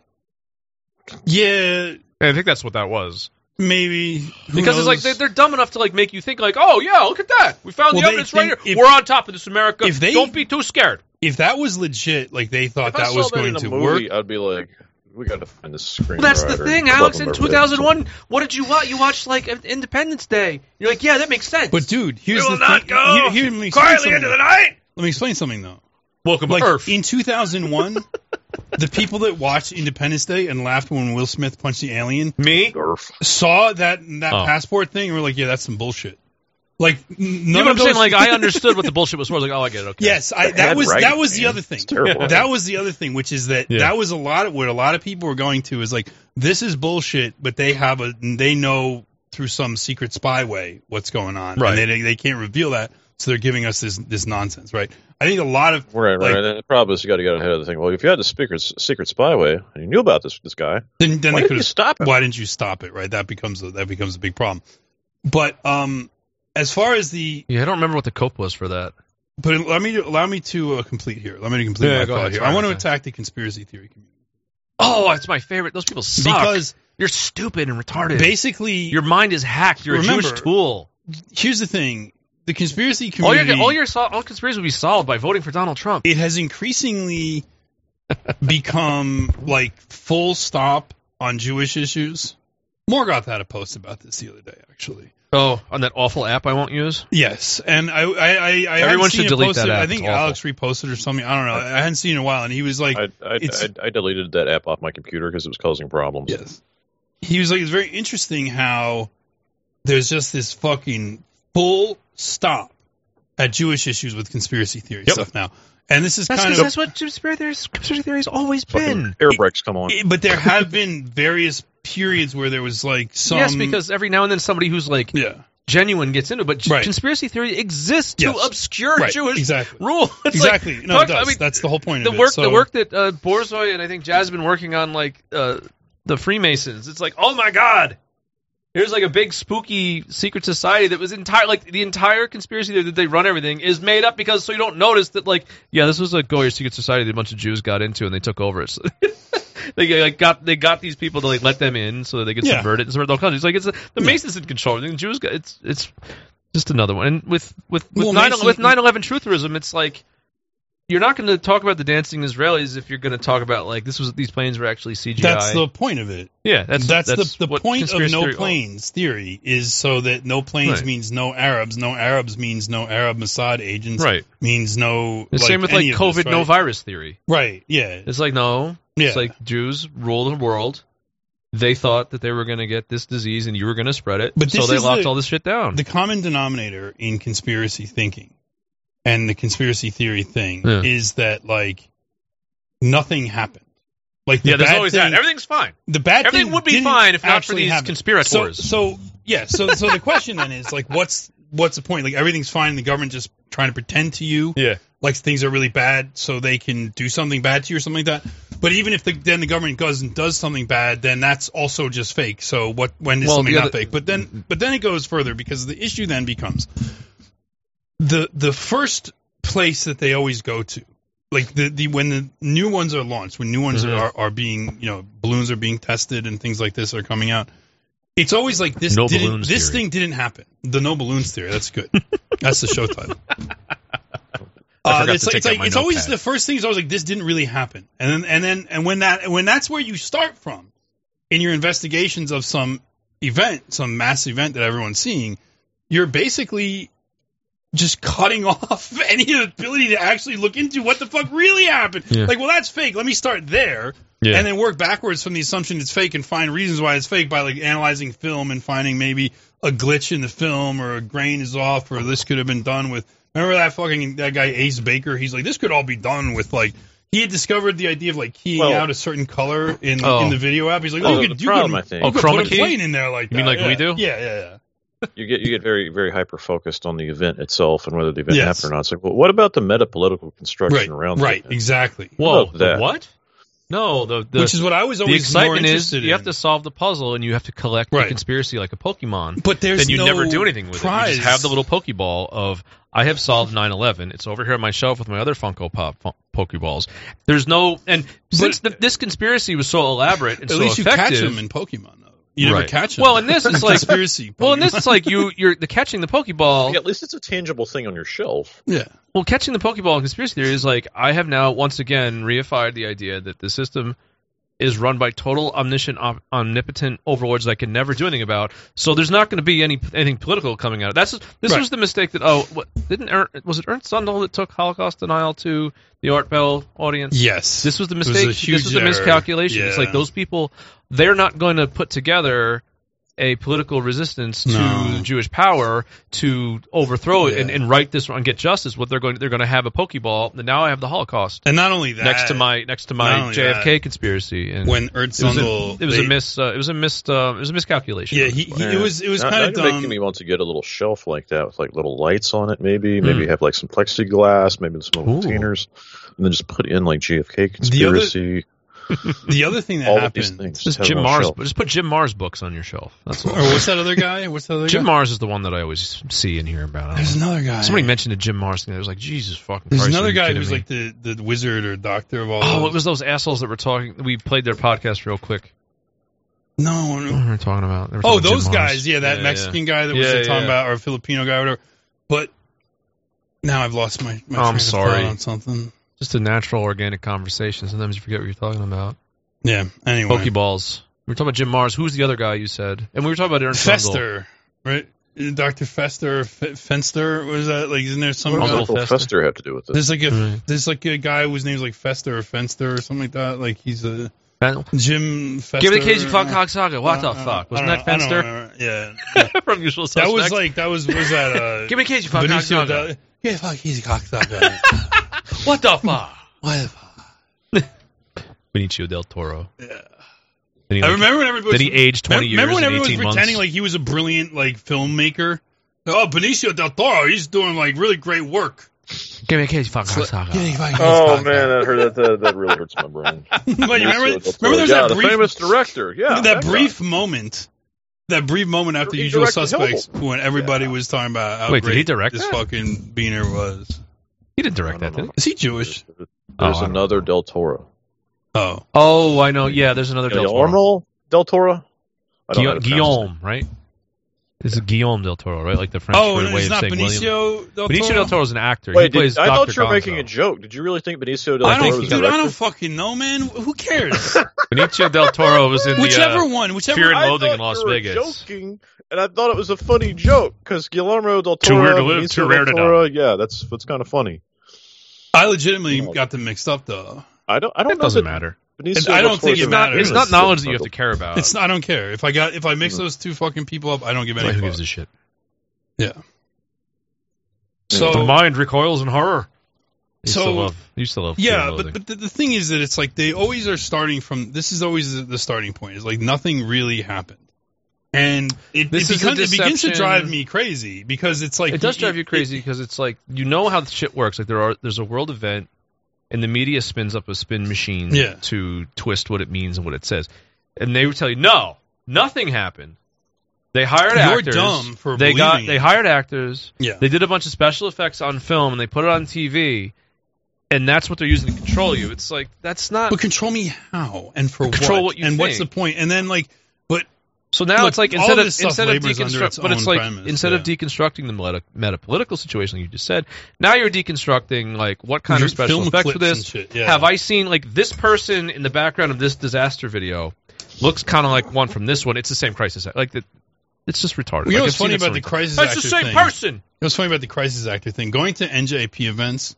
yeah, And I think that's what that was maybe Who because it's like knows? they, they're dumb enough to like make you think like, oh yeah, look at that, we found Well, the they evidence think right here. if- we're on top of this, America. if they- Don't be too scared. if that was legit, like they thought If I that saw was in going a to movie, work. I'd be like, we got to find this screenwriter. That's the thing, Club Alex. In him over 2001, what did you watch? You watched like Independence Day. You're like, yeah, that makes sense. But dude, here's We will the not thing. go Here- here, let me explain quietly something. into the night. Let me explain something though. Welcome Like in 2001, the people that watched Independence Day and laughed when Will Smith punched the alien me. there. Garf. saw that that Oh. passport thing and were like, yeah, that's some bullshit. Like n- You none know what I'm of those saying? Like I understood what the bullshit was for. I was like, oh, I get it. Okay. Yes, I, that Bad was writing, that was the man. other thing. It's terrible. That was the other thing, which is that Yeah. that was a lot of what a lot of people were going to is like this is bullshit, but they have a they know through some secret spy way what's going on, Right. And they they can't reveal that, so they're giving us this this nonsense, right? I think a lot of Right, like, right. And the problem is you got to get ahead of the thing. Well, if you had the secret, secret spyway and you knew about this this guy, then, then why they could didn't you have stop him? why didn't you stop it? Right? That becomes a, that becomes a big problem. But um, as far as the Yeah, I don't remember what the cope was for that. But allow me to, allow me to uh, complete here. Let me to complete Yeah, my go thought ahead. here. Sorry I want to about that. attack the conspiracy theory community Oh, it's my favorite. Those people suck. because you're stupid and retarded. basically, your mind is hacked. You're a Remember- Jewish tool. here's the thing: the conspiracy All your community, all your sol- all conspiracies will be solved by voting for Donald Trump. it has increasingly become like full stop on Jewish issues. Morgoth had a post about this the other day, actually. Oh, on that awful app I won't use. Yes, and I, I, I, I hadn't Everyone seen should it delete posted. that app. I think It's awful. Alex reposted or something. I don't know. I hadn't seen it in a while, and he was like, I, I, It's- I, I deleted that app off my computer because it was causing problems. Yes. He was like, it's very interesting how there's just this fucking full stop at Jewish issues with conspiracy theory Yep. stuff now. And this is That's kind because of that's what conspiracy theory's, conspiracy theory's always Fucking been. air brakes come on. Eh, but there have been various periods where there was like some yes, because every now and then somebody who's like yeah genuine gets into it, but j- Right. conspiracy theory exists to Yes. obscure Right, Jewish exactly. rule. It's like, exactly no fuck, it does. I mean, that's the whole point the of work it. So, the work that uh, Borzoi and I think Jazz have been working on like uh, the Freemasons. It's like, oh my god, here's like a big spooky secret society that was entire like the entire conspiracy that they run everything is made up because so you don't notice that like yeah this was a Goyer secret society that a bunch of Jews got into and they took over it. So- They like, got they got these people to like let them in so that they could Yeah. subvert it and subvert the whole country. It's like it's the Masons in control. The Jews got it's it's just another one. And with with with Well, nine Mason- with nine eleven trutherism, it's like you're not going to talk about the dancing Israelis if you're going to talk about like this was these planes were actually CGI. that's the point of it yeah, that's that's, that's the, the what point of conspiracy no theory- planes theory is so that no planes Right. means no Arabs, no Arabs means no Arab Mossad agents, Right. Means no. The same with like any of COVID this, no right? virus theory. Right. Yeah. It's like no, Yeah. it's like Jews rule the world. They thought that they were going to get this disease and you were going to spread it, But so this they is locked the- all this shit down. the common denominator in conspiracy thinking and the conspiracy theory thing Yeah. is that like nothing happened. Like the yeah, there's bad always thing, that. Everything's fine. the bad everything thing would be didn't fine if not for actually these happen. conspirators. So, so yeah. So so the question then is like, what's what's the point? Like everything's fine. And the government just trying to pretend to you. Yeah. like things are really bad so they can do something bad to you or something like that. But even if the, then the government goes and does something bad, then that's also just fake. So what when is Well, something the not other- fake? But then but then it goes further because the issue then becomes the the first place that they always go to. Like the, the when the new ones are launched, when new ones Mhm. are, are being you know balloons are being tested and things like this are coming out, it's always like this No didn't, balloons this theory. thing didn't happen. The no balloons theory. That's good. that's the show title. Uh, forgot it's to like, take it's, out like, my it's always notepad. the first thing is always like this didn't really happen, and then and then and when that when that's where you start from in your investigations of some event, some mass event that everyone's seeing, you're basically just cutting off any ability to actually look into what the fuck really happened. Yeah. Like, well, that's fake. Let me start there Yeah. and then work backwards from the assumption it's fake and find reasons why it's fake by like analyzing film and finding maybe a glitch in the film or a grain is off or this could have been done with remember that fucking that guy Ace Baker he's like this could all be done with like he had discovered the idea of like keying Well- out a certain color in Oh. in the video app he's like Oh, you the could, you problem, could, I think. Oh, you could chroma put a key? plane in there like You mean that. like we do? Yeah. yeah yeah yeah you get you get very very hyper focused on the event itself and whether the event Yes. happened or not. It's like, well, what about the meta political construction right around the right event? exactly Whoa, Love that. what? No, the, the which is what I was the always more excitement is interested you have in. to solve the puzzle and you have to collect Right. the conspiracy like a Pokemon. but there's then you no never do anything with it. You prize. just have the little Pokeball of I have solved 9/11. It's over here on my shelf with my other Funko Pop fun- Pokeballs. There's no and since the, this conspiracy was so elaborate and at so least you effective, catch them in Pokemon though you never Right. catch them Well, and this is like- conspiracy well, and this Pokemon. is like you you're the catching the Pokeball. Yeah, at least it's a tangible thing on your shelf. yeah Well, catching the Pokeball in conspiracy theory is like I have now once again reified the idea that the system is run by total omniscient, om- omnipotent overlords that I can never do anything about. So there's not going to be any anything political coming out. of it. That's this Right. was the mistake that oh what, didn't er, was it Ernst Sundell that took Holocaust denial to the Art Bell audience? Yes. This was the It was a mistake. huge this was the error. miscalculation. It's Yeah. like those people they're not going to put together a political resistance to No. Jewish power to overthrow it and, Yeah. and right this and get justice. What they're going they're going to have a pokeball. And now I have the Holocaust and not only that, next to my next to not my only JFK conspiracy. And when it was a, Ertzundel, it was a they- miss uh, it was a missed uh, it was a miscalculation. Yeah, he, he Yeah. it was it was Now- kind of now you're dumb. making me want to get a little shelf like that with like little lights on it, maybe. Hmm. Maybe have like some plexiglass, maybe some little Ooh. containers, and then just put in like GFK The other- conspiracy, the other thing that all of these happened, things. just have it Jim on Mars. shelf. Just put Jim Mars books on your shelf. That's or all. what's that other guy? What's that other Jim guy? Mars is the one that I always see and hear about. I don't There's know. another guy. Somebody mentioned a Jim Mars thing. I was like, Jesus fucking. There's Christ, are another you guy kidding who's me? like the, the wizard or doctor of all. Oh, those. it was those assholes that were talking. We played their podcast real quick. no. What no. were we talking about? They were Oh, talking Jim those Mars. guys. Yeah, that Mexican guy that was Yeah, talking yeah. about, or Filipino guy, or whatever. But now I've lost my. my Oh, I'm train of sorry. thought on something. Just a natural, organic conversation. Sometimes you forget what you're talking about. Yeah. Anyway, Pokeballs. We were talking about Jim Mars. Who's the other guy you said? And we were talking about Aaron Trundle. Fester, right? Doctor Fester, F- Fenster. Was that like? Isn't there some? What What Uncle does Uncle Fester. Fester. have to do with this? There's like a Right. there's like a guy whose name's like Fester or Fenster or something like that. Like he's a Fan- Jim Fester, Give me the Casey Clock uh, Cock Saga. What uh, the uh, fuck? I Wasn't that don't know, I don't Fenster? remember. Yeah. yeah. From Usual Suspects. that was like that was was that uh Give me the Casey Clock Cock Benicio Saga. Del Yeah, fuck Casey Cock Saga. What the fuck? Why the fuck? Benicio del Toro. Yeah. Then he, I like, remember when everybody Then he aged 20 years Remember when and everyone was 18 months. pretending like he was a brilliant like filmmaker? Oh, Benicio del Toro, he's doing like really great work. Give me a Casey Clock Cock Yeah, he Saga. fucking Oh is man, that hurt. That, that that really hurts my brain. cock. But you remember, Yeah, remember there was yeah, that the brief, famous director. Yeah, that guy. brief moment, that brief moment after Oh, He Usual directed Suspects when everybody was talking about how Wait, did great he direct this that? fucking Beaner was. He didn't direct I that, don't did he? know. Is he Jewish? There's Oh, I don't another Del Toro. Oh, Oh, I know. Yeah, there's another Del Toro. Guillermo Del Toro. I don't know how Guillaume, to pronounce Guillaume right? This is Guillaume del Toro, right? Like the French oh, way and it's of not saying William. Benicio del Toro. Benicio del Toro's an actor. it. Wait, he plays did, I Dr. thought you were Gonzo. making a joke. Did you really think Benicio del I Toro don't, was dude. the I director? don't fucking know, man. Who cares? Benicio del Toro was in whichever the. Uh, one, whichever. Fear uh, and I Loathing thought in Las you were Vegas. joking, and I thought it was a funny joke because Guillermo del Toro. Too weird to live, Benicio too del rare to Toro, Yeah, that's what's kind of funny. I legitimately got them mixed up though. I don't. I don't it know. doesn't that matter. Benicio I del don't think Toro's it a- matters. It's not knowledge that you have to care about. It's I don't care if I got if I mix those two fucking people up. I don't give any. mm. Who fuck. gives a shit? the So mind recoils in horror. You So- still love. You still love. Fear yeah, and but, Loathing. but the, the thing is that it's like they always are starting from. This is always the, the starting point. Is like nothing really happened, and it, This it, is a becomes, it begins to deception. drive me crazy because it's like it does drive you crazy because it's like you know how the shit works. Like there are there's a world event, and the media spins up a spin machine Yeah. to twist what it means and what it says, and they would tell you no, nothing happened. They hired You're actors. dumb for they got believing they it. hired actors. Yeah. They did a bunch of special effects on film and they put it on TV, and that's what they're using to control you. It's like that's not. But control me how and for Control what, what you and what's the think. point? And then like, but So now Look, it's like all instead of of this stuff instead of labors under its deconstruct, but it's own like premise, instead of yeah. deconstructing the meta, meta political situation you just said, now you're deconstructing like what kind Your of special film effects clips for and this. shit, yeah. Have I seen like this person in the background of this disaster video looks kind of like one from this one? It's the same crisis. act- Like the, it's just retarded. you know Like, what's I've seen funny it so about the many times. crisis That's actor the same thing? person. It was funny about the crisis actor thing. Going to NJP events,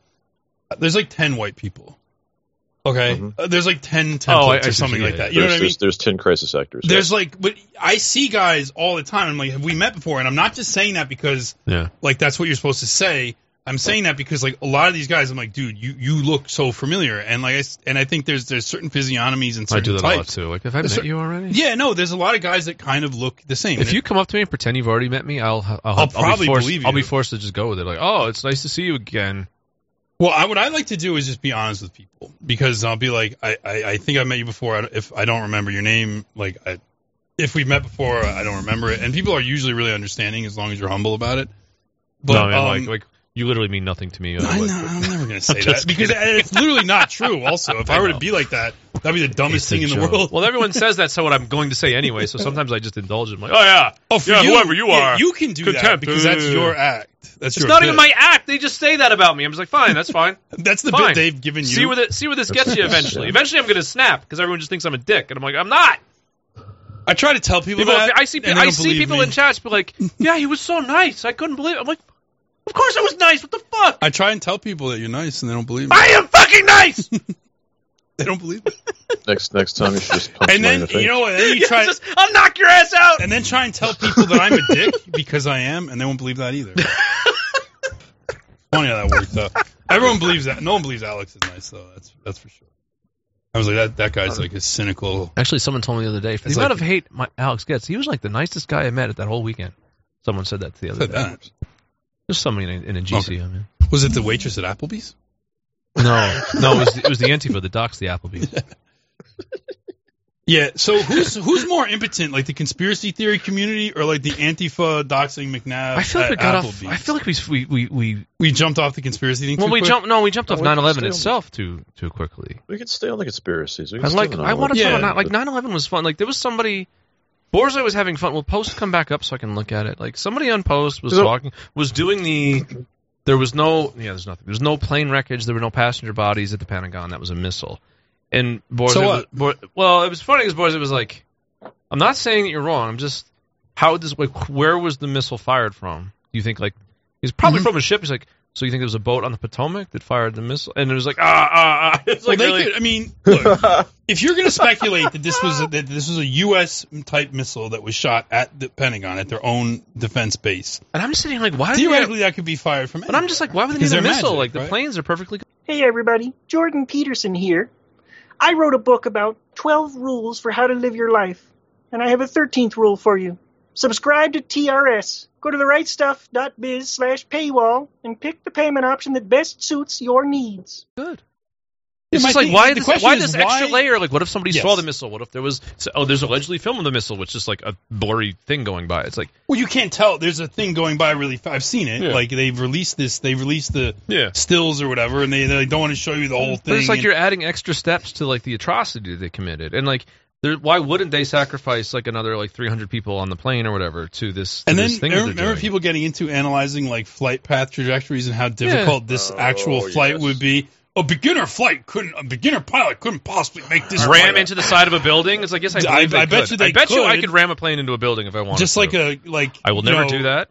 there's like ten white people. Okay, Uh, there's like ten templates Oh, I- I see, or something yeah, like yeah. that. You know there's, what I mean? there's, there's ten crisis actors. There's like, but I see guys all the time. I'm like, have we met before? And I'm not just saying that because Yeah. like that's what you're supposed to say. I'm saying that because like a lot of these guys, I'm like, dude, you you look so familiar, and like I s- and I think there's there's certain physiognomies and I certain do that a lot types. too. Like have I There's met certain- you already? Yeah, no, there's a lot of guys that kind of look the same. If And you come up to me and pretend you've already met me, I'll I'll, I'll, be probably forced, believe I'll be you. forced to just go with it. Like, oh, it's nice to see you again. Well, I, what I like to do is just be honest with people because I'll be like, I, I, I think I met you before. I, don't- if I don't remember your name, like I, if we've met before, I don't remember it. And people are usually really understanding as long as you're humble about it. But no, man, um, like like you literally mean nothing to me. I otherwise, know, but- I'm never going to say that just because it's literally not true. Also, if I, I were to know. be like that, that'd be the dumbest thing in the world. Well, everyone says that's what I'm going to say anyway, so sometimes I just indulge in like, oh yeah, oh, for yeah, whoever you yeah, are, you can do that contempt, because that's uh, your act. That's it's your not bit. even my act. They just say that about me. I'm just like, fine, that's fine. That's the Fine. bit they've given you. see where the, see where this gets you eventually. Eventually, I'm going to snap because everyone just thinks I'm a dick, and I'm like, I'm not. I try to tell people, People, that. I see and they I don't see believe people me. in chats be like, yeah, he was so nice. I couldn't believe. It. I'm like, of course I was nice. What the fuck? I try and tell people that you're nice, and they don't believe me. I am fucking nice. They don't believe me. next next time you should just punch And him in then the face. you know what? Then you try It's just, I'll knock your ass out. and then try and tell people that I'm a dick because I am, and they won't believe that either. Funny how that works though. Everyone believes that. No one believes Alex is nice though. That's that's for sure. I was like that. That guy's like a cynical. Actually, someone told me the other day for the It's amount like- of hate my Alex gets, he was like the nicest guy I met at that whole weekend. Someone said that the other day. That. There's somebody in a, in a GC. I mean, Was it the waitress at Applebee's? no, no, it was, it was the Antifa, the Docs, the Applebee's. Yeah. So who's who's more impotent, like the conspiracy theory community or like the Antifa doxing McNabb? I feel like at we got Applebee's? off. I feel like we we we, we we jumped off the conspiracy thing. well too we quick. jumped. No, we jumped off Oh, we can 9/11 stay on- itself too too quickly. we could stay on the conspiracies. We I can stay like. on I want to talk Yeah. about like 9/11 was fun. Like there was somebody. Borza was having fun. Will post come back up so I can look at it? Like somebody on post was So- talking, was doing the. There was no yeah. There's nothing. There was no plane wreckage. There were no passenger bodies at the Pentagon. That was a missile. And Borza, So what? was- Bor- well, it was funny because Borza was like, "I'm not saying that you're wrong. I'm just how this like where was the missile fired from? Do you think like he's probably from a ship? He's like, So you think there was a boat on the Potomac that fired the missile? And it was like, ah, ah, ah. It's like well, they really- could, I mean, look, if you're going to speculate that this was a, that this was a U.S. type missile that was shot at the Pentagon at their own defense base, and I'm sitting here like, why? Did they have, theoretically that could be fired from. but I'm just like, why would they Because need a they're missile? magic, like the right? planes are perfectly. Hey everybody, Jordan Peterson here. I wrote a book about 12 rules for how to live your life, and I have a 13th rule for you. Subscribe to TRS. Go to therightstuff.biz slash paywall and pick the payment option that best suits your needs. good. Yeah, It's my just like thing- why the this, question why is this why- extra layer? Like, what if somebody Yes. saw the missile? What if there was so- oh, there's allegedly film of the missile, which is like a blurry thing going by. It's like Well, you can't tell. There's a thing going by really. fa- I've seen it. Yeah. Like they've released this. They released the yeah, stills or whatever, and they they don't want to show you the whole thing. but it's like and- you're adding extra steps to like the atrocity they committed, and like there, why wouldn't they sacrifice like another like 300 people on the plane or whatever to this? To and then this thing I that they're remember doing? people getting into analyzing like flight path trajectories and how difficult this Oh, actual flight yes. would be. A beginner flight couldn't. A beginner pilot couldn't possibly make this ram flight. into the side of a building. It's like yes, I, I- believe they I bet could. you they I bet you I could. could ram a plane into a building if I wanted. Just like to. a like. I will you never know, do that.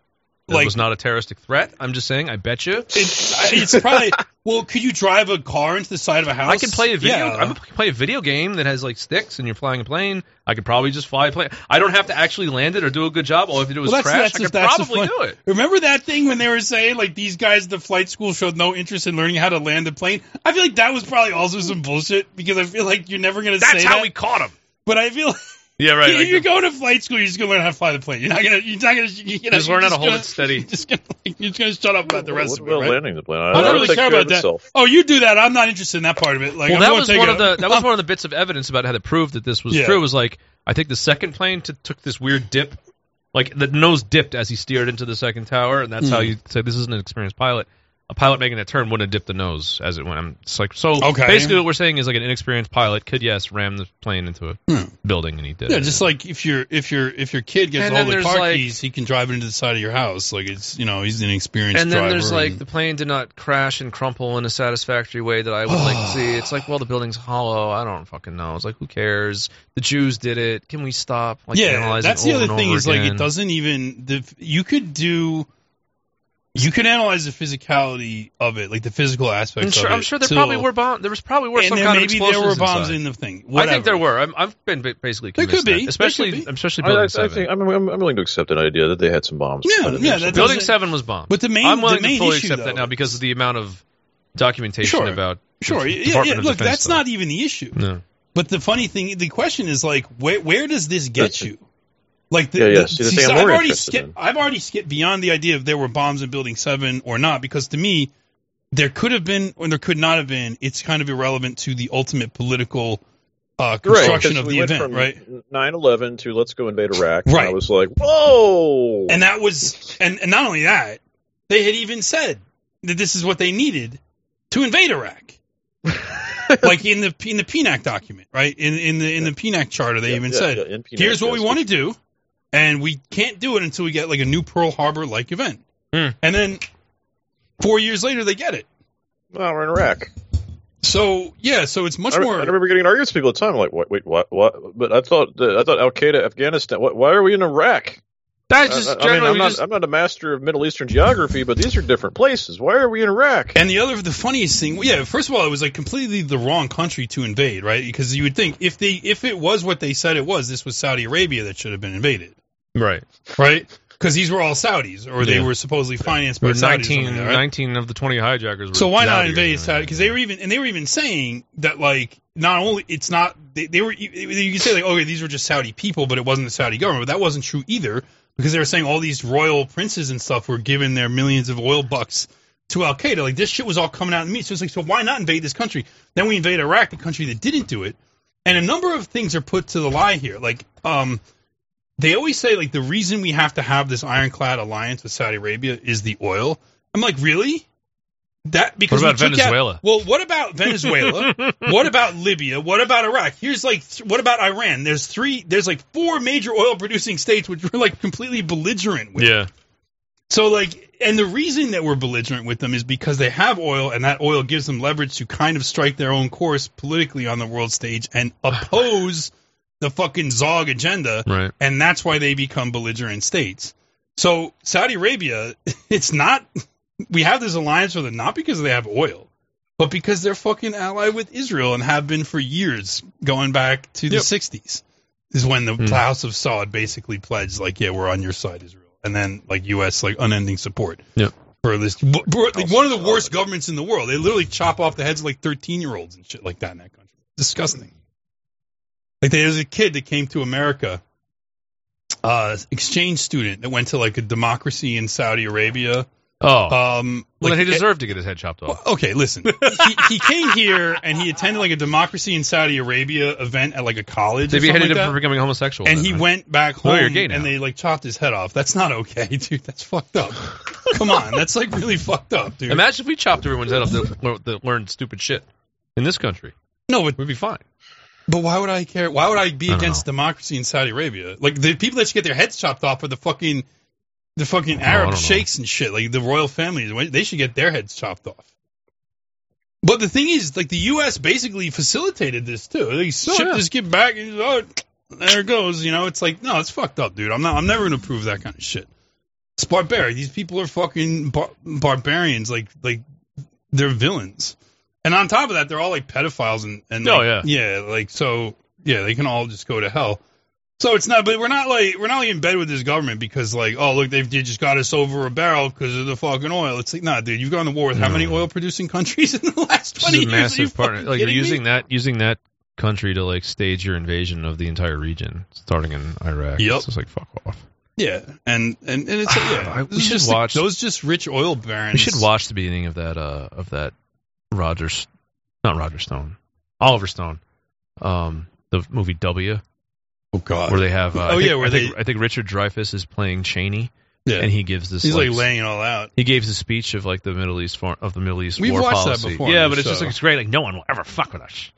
That like- was not a terroristic threat. I'm just saying. I bet you. It, it's probably well. Could you drive a car into the side of a house? I could play a video. Yeah. I could play a video game that has like sticks, and you're flying a plane. I could probably just fly a plane. I don't have to actually land it or do a good job. All I have to do is Well, that's- crash. that's I just- could that's the probably fun- do it. Remember that thing when they were saying like these guys at the flight school showed no interest in learning how to land a plane? I feel like that was probably also some bullshit because I feel like you're never gonna That's say how that. we caught him. but I feel Yeah, right. if you're going to flight school, you're just gonna learn how to fly the plane. You're not gonna you're not gonna you know, Just learn how you're to hold gonna- it steady. You're just gonna, like, you're just gonna shut up about the rest What of it. about Right? landing the plane? I, I that'll don't really take care care about of that. itself. Oh, you do that. I'm not interested in that part of it. Like well, I'm that gonna was take one a- of the that was I'm- one of the bits of evidence about how to prove that this was Yeah. true. Was like I think the second plane t- took this weird dip, like the nose dipped as he steered into the second tower, and that's how Hmm. you say this isn't an experienced pilot. A pilot making that turn wouldn't have dipped the nose as it went. I'm it's like so. Okay. Basically, what we're saying is like an inexperienced pilot could yes ram the plane into a building, and he did. Hmm. yeah, just like if your if your if your kid gets And all then the there's, car like- keys, he can drive it into the side of your house. Like it's you know he's an experienced and then driver there's like and- the plane did not crash and crumple in a satisfactory way that I would like to see. It's like, well, the building's hollow. I don't fucking know. It's like, who cares? The Jews did it. Can we stop? Like, yeah, analyzing that's the over other and thing over is like again? it doesn't even the you could do you could analyze the physicality of it, like the physical aspects. I'm sure, of it, I'm sure there till- probably were bombs. There was probably were and some then kind of maybe there explosions were bombs inside. in the thing. I think there whatever. were. I'm, I've been ba- basically There convinced could be. that. There especially could be. especially I, building I, I seven. think I'm, I'm I'm willing to accept an idea that they had some bombs. Yeah, but it yeah, was- that- building doesn't- seven was bombed. But the main I'm willing the main to fully issue, accept that though, now because of the amount of documentation Sure. about sure, the yeah, yeah, Department of look, Defense that's stuff. not even the issue. No. But the funny thing, the question is like, where where does this get you? Like, the, Yeah, yeah, the- see, the see, thing so I'm I've more already interested skipped. in. I've already skipped beyond the idea of there were bombs in Building Seven or not, because to me, there could have been or there could not have been. It's kind of irrelevant to the ultimate political uh, construction because of we the went event, from right? 9/11 to let's go invade Iraq. and I Right. was like, whoa. And that was, and, and not only that, they had even said that this is what they needed to invade Iraq. like in the in the PNAC document, right? In in the in the PNAC charter, they Yeah, even yeah, said, yeah, in Penang, "Here's what we yes. want to do, and we can't do it until we get like a new Pearl Harbor like event." Hmm. And then four years later, they get it. Well, we're in Iraq. So yeah, so it's much I, re- more. I remember getting in arguments with people at the time, like, wait, wait, what, what? But I thought, that, I thought Al Qaeda, Afghanistan. What, why are we in Iraq? That's I, just I- I mean, generally I'm we not, just- I'm not a master of Middle Eastern geography, but these are different places. Why are we in Iraq? And the other, the funniest thing, yeah. First of all, it was like completely the wrong country to invade, right? Because you would think if they, if it was what they said it was, this was Saudi Arabia that should have been invaded, right. right? Because these were all Saudis, or they Yeah. were supposedly financed by We're Saudis. or 19, something, right? 19 of the twenty hijackers. Were So why not Saudis, invade right? Saudi? Because they were even, and they were even saying that like not only it's not they, they were you could say like okay these were just Saudi people, but it wasn't the Saudi government. But that wasn't true either because they were saying all these royal princes and stuff were given their millions of oil bucks to Al Qaeda. Like this shit was all coming out in me. So it's like so why not invade this country? Then we invade Iraq, the country that didn't do it. And a number of things are put to the lie here. Like um, they always say like the reason we have to have this ironclad alliance with Saudi Arabia is the oil. I'm like really. That because about we took out- Venezuela? well, what about Venezuela? what about Libya? What about Iraq? Here's like, th- what about Iran? There's three, there's like four major oil producing states which we're like completely belligerent with. Yeah. So like, and the reason that we're belligerent with them is because they have oil, and that oil gives them leverage to kind of strike their own course politically on the world stage and oppose the fucking Zog agenda Right. and that's why they become belligerent states. So Saudi Arabia, it's not we have this alliance with them not because they have oil, but because they're fucking allied with Israel and have been for years, going back to the Yep. '60s, is when the Hmm. House of Saud basically pledged, like, yeah, we're on your side, Israel, and then like U.S. like unending support. Yep. For this, w- w- like, House one of of the worst Saud. governments in the world. They literally chop off the heads of like 13 year olds and shit like that in that country. Disgusting. Like there's a kid that came to America, uh, exchange student that went to like a democracy in Saudi Arabia. Oh, Um, well, like, then he deserved to get his head chopped well, off. okay, listen. he, he came here and he attended like a democracy in Saudi Arabia event at like a college. They or something beheaded like him that. for becoming homosexual. And then, he right? went back No, home you're gay now. and they like chopped his head off. That's not okay, dude. That's fucked up. Come on, that's like really fucked up, dude. Imagine if we chopped everyone's head off that, that learned stupid shit in this country. no, but We'd be fine. but why would I care? Why would I be I don't against democracy in Saudi Arabia? Like the people that should get their heads chopped off are the fucking the fucking Oh, I Arab don't know. sheikhs and shit. Like the royal families, they should get their heads chopped off. But the thing is, like the U.S. basically facilitated this too. They shipped Sure. this kid back, and oh, there it goes. You know, it's like no, it's fucked up, dude. I'm not. I'm never going to approve that kind of shit. It's barbaric. These people are fucking bar- barbarians. Like like they're villains. And on top of that, they're all like pedophiles and and Oh, like, yeah, like so yeah, they can all just go to hell. So it's not, but we're not like we're not like in bed with this government because like oh look they've they just got us over a barrel because of the fucking oil. It's like nah, dude, you've gone to war with how many No. oil producing countries in the last Mm. This is a twenty years? Are you massive partner. fucking Like you're kidding me? using that using that country to like stage your invasion of the entire region, starting in Iraq. Yep. It's just like fuck off. yeah, and and, and it's like, yeah, I- we this is should just watch- those just rich oil barons. We should watch the beginning of that uh of that Roger S- not Roger Stone. Oliver Stone. Um the movie W Oh God, where they have uh, I Oh, think, yeah, where I think, they- I think Richard Dreyfuss is playing Cheney yeah. and he gives this he's like like, laying it all out. he gives a speech of like the Middle East for, of the Middle East We've war watched that policy. before on yeah, the but it's just show. like it's great like no one will ever fuck with us.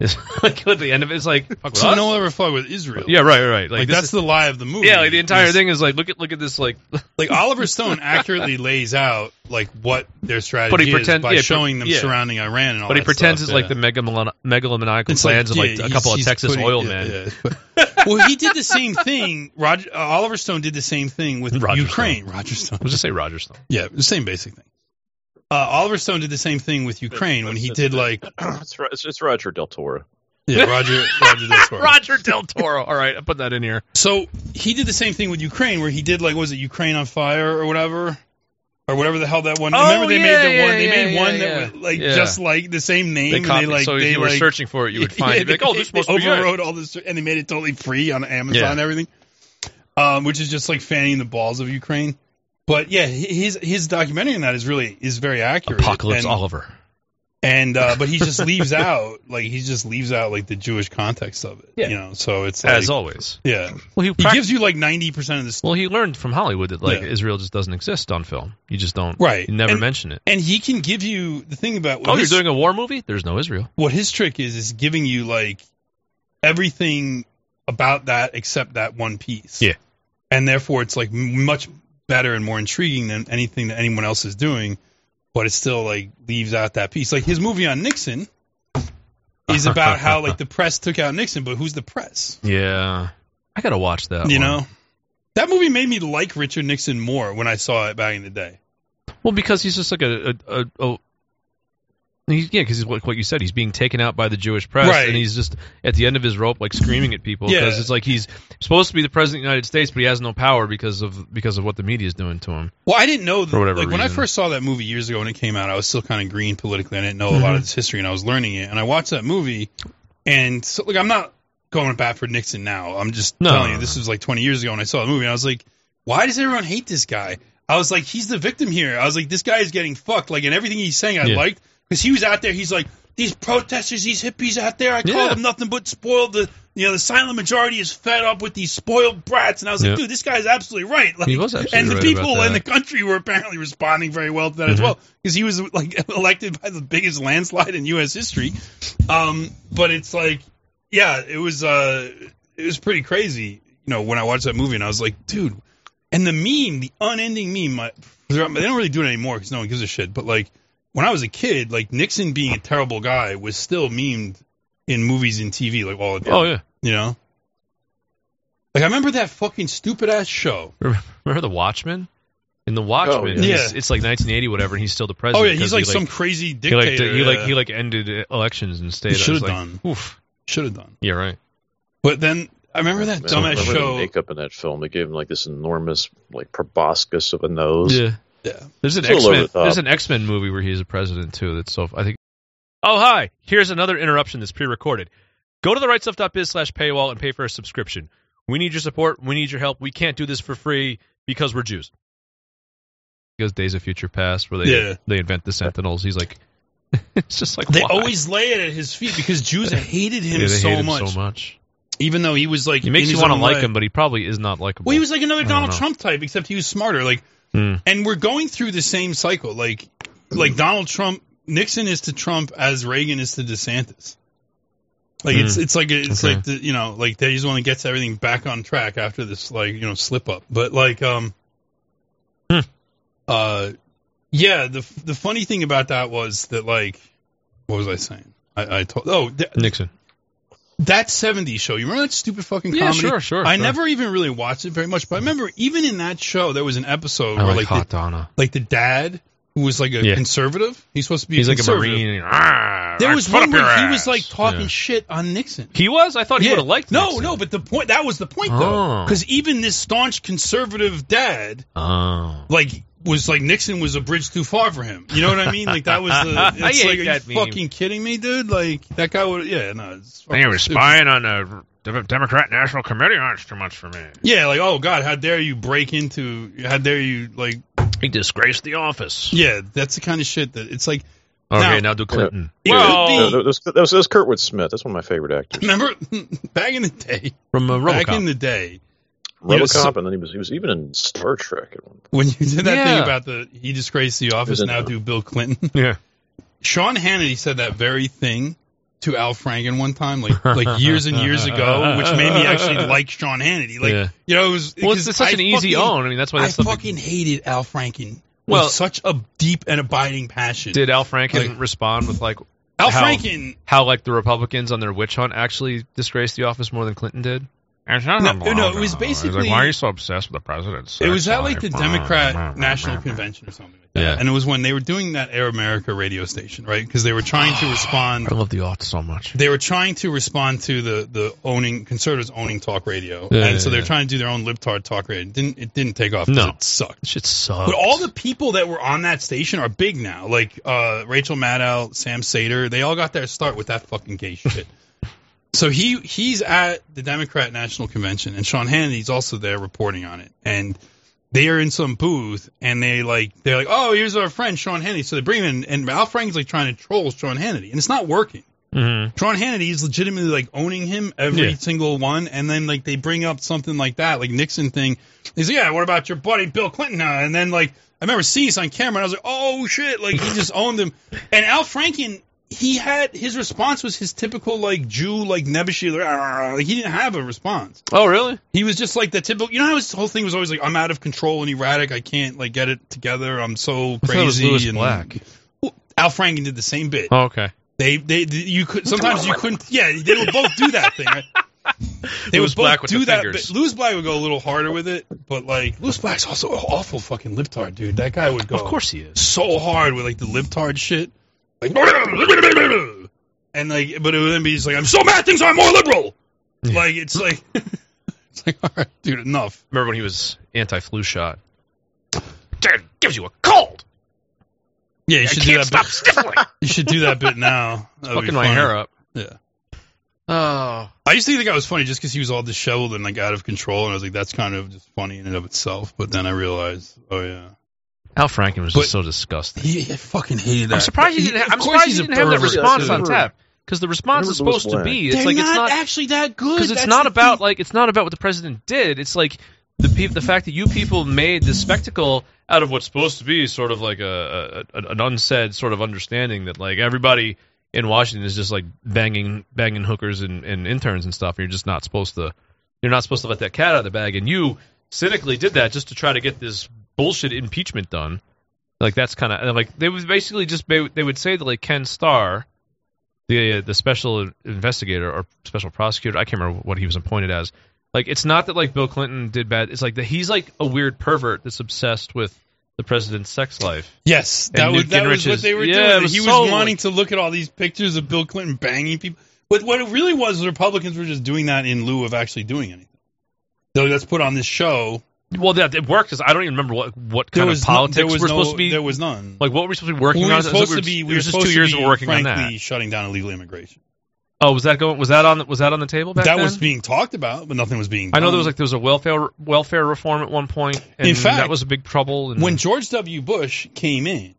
It's like at the end of it, it's like fuck with So us? no one ever fought with Israel. Yeah, right, right, right. like, Like, this that's is- the lie of the movie. Oh, yeah, like the entire is- thing is like look at look at this like Like Oliver Stone accurately lays out like what their strategy But he is pretends- by yeah, showing them yeah. surrounding Iran and all. but he that pretends stuff, it's yeah. like the megalomani- megalomaniacal plans of like yeah, a he's- couple of he's Texas putting- oil yeah, men. yeah. well, he did the same thing. Roger uh, Oliver Stone did the same thing with Roger Ukraine. Roger Stone. Let's just say Roger Stone. Yeah, the same basic thing. Uh, Oliver Stone did the same thing with Ukraine when he did like it's, Ro- it's, it's Roger Del Toro. yeah, Roger Roger Del Toro. Roger Del Toro. All right, I put that in here. So he did the same thing with Ukraine, where he did like was it Ukraine on fire or whatever, or whatever the hell that one. Oh, Remember they yeah, made the yeah, one. They yeah, made yeah, one yeah. that was like Yeah. just like the same name. They copied, and they like so if they you were like, searching for it, you would find yeah, it. Like, oh, this they must be it. overrode all this, and they made it totally free on Amazon Yeah. and everything, um, which is just like fanning the balls of Ukraine. But yeah, his his documentary on that is really is very accurate. Apocalypse and, Oliver. and uh, but he just leaves out like he just leaves out like the Jewish context of it. Yeah. You know, so it's like, As always. yeah. Well, he, He prac- gives you like ninety percent of the well, he learned from Hollywood that like Yeah. Israel just doesn't exist on film. You just don't. Right. You never And- mention it. And he can give you the thing about what, Oh, you're his, doing a war movie? There's no Israel. what his trick is is giving you like everything about that except that one piece. Yeah. And therefore, it's like m- much better and more intriguing than anything that anyone else is doing, but it still like leaves out that piece. Like his movie on Nixon is about how like the press took out Nixon, but who's the press? Yeah, I gotta watch that. you one. know. That movie made me like Richard Nixon more when I saw it back in the day. Well, because he's just like a a, a, a he's, yeah, because what, what you said, he's being taken out by the Jewish press, Right. and he's just at the end of his rope, like screaming at people Yeah. because it's like he's supposed to be the president of the United States, but he has no power because of because of what the media is doing to him. Well, I didn't know that. For whatever like when I reason. first saw that movie years ago when it came out, I was still kind of green politically. I didn't know Mm-hmm. a lot of this history, and I was learning it. And I watched that movie, and so, like I'm not going back for Nixon now. I'm just No. telling you this was like 20 years ago when I saw the movie. And I was like, why does everyone hate this guy? I was like, he's the victim here. I was like, this guy is getting fucked. Like, and everything he's saying, I Yeah. liked because he was out there. He's like, these protesters, these hippies out there, I call Yeah. them nothing but spoiled. The you know the silent majority is fed up with these spoiled brats. And I was like, Yeah. dude, this guy's absolutely right. Like, He was absolutely and the right people about in the that. country were apparently responding very well to that as Mhm. well because he was like elected by the biggest landslide in U.S. history. Um, but it's like, yeah, it was uh, it was pretty crazy. You know, when I watched that movie, and I was like, dude, and the meme, the unending meme. My, they don't really do it anymore because no one gives a shit. But like when I was a kid, like Nixon being a terrible guy was still memed in movies and TV like all the time. Oh yeah, you know. Like I remember that fucking stupid ass show. remember the Watchmen? In the Watchmen, yeah. he's- it's like 1980 whatever, and he's still the Oh president. yeah, he's 'cause like, he, some crazy He like, dictator. uh, he like he like ended elections and stayed. He should've I was like, done. Oof. should have done. Yeah, right. But then I remember that Man, dumbass remember show. The makeup in that film, they gave him like this enormous, like proboscis of a nose. Yeah. There's an X It's a little Men. over the top. There's an X Men movie where he's a president too. That's so. I think. Oh hi! Here's another interruption that's pre-recorded. Go to the rightstuff.biz slash paywall and pay for a subscription. We need your support. We need your help. We can't do this for free because we're Jews. Because Days of Future Past, where they Yeah. they invent the Sentinels. He's like, it's just like They why? always lay it at his feet because Jews hated Yeah, him, they so, hate him much, so much. Even though he was like It makes in you his want to own like way. him, but he probably is not likable. Well, he was like another don't Donald know. Trump type, except he was smarter. Like, Hmm. and we're going through the same cycle. Like, like Donald Trump, Nixon is to Trump as Reagan is to DeSantis. Like it's it's like it's Hmm. Okay. like the, you know like they just want to get everything back on track after this like you know slip up. But like um, Hmm. uh, yeah. The the funny thing about that was that like, what was I saying? I, I told oh th- Nixon. that 70s show. You remember that stupid fucking Yeah, comedy? sure, sure, I sure. never even really watched it very much, but I remember even in that show there was an episode Oh, I where like, like Hot the, Donna. like the dad who was like a Yeah. conservative. He's supposed to be He's a like a conservative. Marine. Ah, There was put up one where your he was ass. like talking Yeah. shit on Nixon. He was. I thought he would have liked. no, Nixon. no, but the point that was the point though, Oh. because even this staunch conservative dad Oh. like was like Nixon was a bridge too far for him. You know what I mean? Like that was I the. It's hate like, are that you meme. fucking kidding me, dude? Like that guy would. Yeah, no. It's They fucking were stupid. spying on uh, the Dem- Democrat National Committee. Oh, it's too much for me. Yeah, like oh god, how dare you break into? How dare you like? He disgraced the office. Yeah, that's the kind of shit that it's like. Okay, now, uh, Now- do Clinton. It No, could be. that was, that was- that was Kurtwood Smith. That's one of my favorite actors. Remember back in the day, From uh, back RoboCop. in the day Robocop, know, so- and then he was he was even in Star Trek at one point. when you did that Yeah. thing about the he disgraced the office Isn't now it? do Bill Clinton. yeah. Sean Hannity said that very thing to Al Franken one time, like like years and years ago, which made me actually like Sean Hannity. Like Yeah. you know, it was Well, it's, because it's such I an easy fucking- own. I mean, that's why I that's the fucking hated Al Franken. Well, Well- with such a deep and abiding passion. Did Al Franken Like- respond with like Al how- Franken how like the Republicans on their witch hunt actually disgraced the office more than Clinton did? No, no, it was basically- why are you so obsessed with the president? It was at like the Democrat National Convention or something like that. Yeah. And it was when they were doing that Air America radio station, right? Because they were trying to respond. I love the aughts so much. They were trying to respond to the, the owning conservatives owning talk radio, Yeah, and yeah, so they're yeah. trying to do their own libtard talk radio. It didn't it didn't take off? 'cause No. it sucked. This shit sucks. But all the people that were on that station are big now, like uh, Rachel Maddow, Sam Sater. They all got their start with that fucking gay shit. so he he's at the Democrat National Convention, and Sean Hannity's also there reporting on it. And they are in some booth, and they like they're like, oh, here's our friend Sean Hannity. So they bring him in, and Al Franken's like trying to troll Sean Hannity, and it's not working. Mhm. Sean Hannity is legitimately like owning him every Yeah. single one, and then like they bring up something like that, like Nixon thing. He's like, yeah, what about your buddy Bill Clinton? Uh, and then like I remember seeing this on camera, and I was like, oh shit, like he just owned him. And Al Franken, he had his response was his typical like Jew like Nebuchadnezzar. "Arr," Like he didn't have a response. oh really? He was just like the typical. You know how his whole thing was always like, I'm out of control and erratic. I can't like get it together. I'm so I thought it was crazy. Louis and Black. Al Franken did the same bit. Oh, okay. They, they, th- you could sometimes you couldn't. Yeah, they would both do that thing. Right? They Louis would both Black with do the that. fingers. But Louis Black would go a little harder with it, but like Louis Black's also an awful fucking libtard, dude. That guy would go Of course he is. so hard with like the libtard shit, like and like, but it would then be just like, I'm so mad things are more liberal. Like it's like, it's like, all right, dude, enough. Remember when he was anti-flu shot? Dad gives you a cold. Yeah, you I should do can't that. stop Bit. sniffling. You should do that bit now. That'd be Fucking my funny. hair up. Yeah. Oh, I used to think that was funny just because he was all disheveled and like out of control, and I was like, that's kind of just funny in and of itself. But then I realized, oh yeah, Al Franken was But- just so disgusting. he, I fucking hated that. I'm surprised you He- didn't. of Have, I'm course surprised he's you a didn't have that pervert. response That's on a- tap because the response Remember is supposed Louis to Black. be. It's They're like not, it's not actually that good. because it's That's not the about thing. like it's not about what the president did. It's like the peop the fact that you people made this spectacle out of what's supposed to be sort of like a, a a- an unsaid sort of understanding that like everybody in Washington is just like banging banging hookers and, and interns and stuff. And you're just not supposed to you're not supposed to let that cat out of the bag. And you cynically did that just to try to get this bullshit impeachment done. Like that's kind of like they would basically just they, would- they would say that like Ken Starr the the special investigator or special prosecutor. I can't remember what he was appointed as. Like it's not that like Bill Clinton did bad. It's like that he's like a weird pervert that's obsessed with the president's sex life. Yes, that, And was, Newt that was what Gingrich's- they were yeah, it doing. was he was so- wanting to look at all these pictures of Bill Clinton banging people. But what it really was, the Republicans were just doing that in lieu of actually doing anything. So let's put on this show. Well, that it worked. 'cause I don't even remember what what There kind was of no- politics there was we're no- supposed to be. There was none. like what were we supposed to be working we on? were It was- supposed it to was- be. it We were was just supposed two to years be, of working frankly, on that. shutting down illegal immigration. Oh, was that going? Was that on? the- Was that on the table back that then? was being talked about, but nothing was being. I know done. there was like there was a welfare welfare reform at one point, and In fact, that was a big trouble. And when George W. Bush came in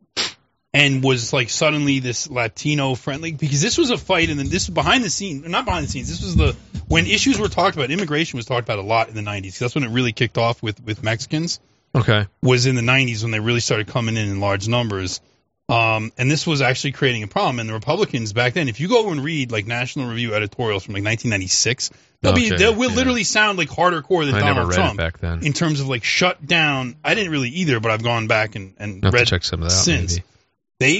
and was like suddenly this Latino friendly because this was a fight and then this was behind the scenes not behind the scenes this was the when issues were talked about immigration was talked about a lot in the 90s that's when it really kicked off with with Mexicans okay, was in the 90s when they really started coming in in large numbers um, and this was actually creating a problem and the Republicans back then if you go and read like National Review editorials from like 1996 they'll be Okay, they will yeah. literally sound like harder core than I Donald never read Trump it back then. in terms of like shut down. I didn't really either, but I've gone back and and I'll have read to check some of that out, since. maybe.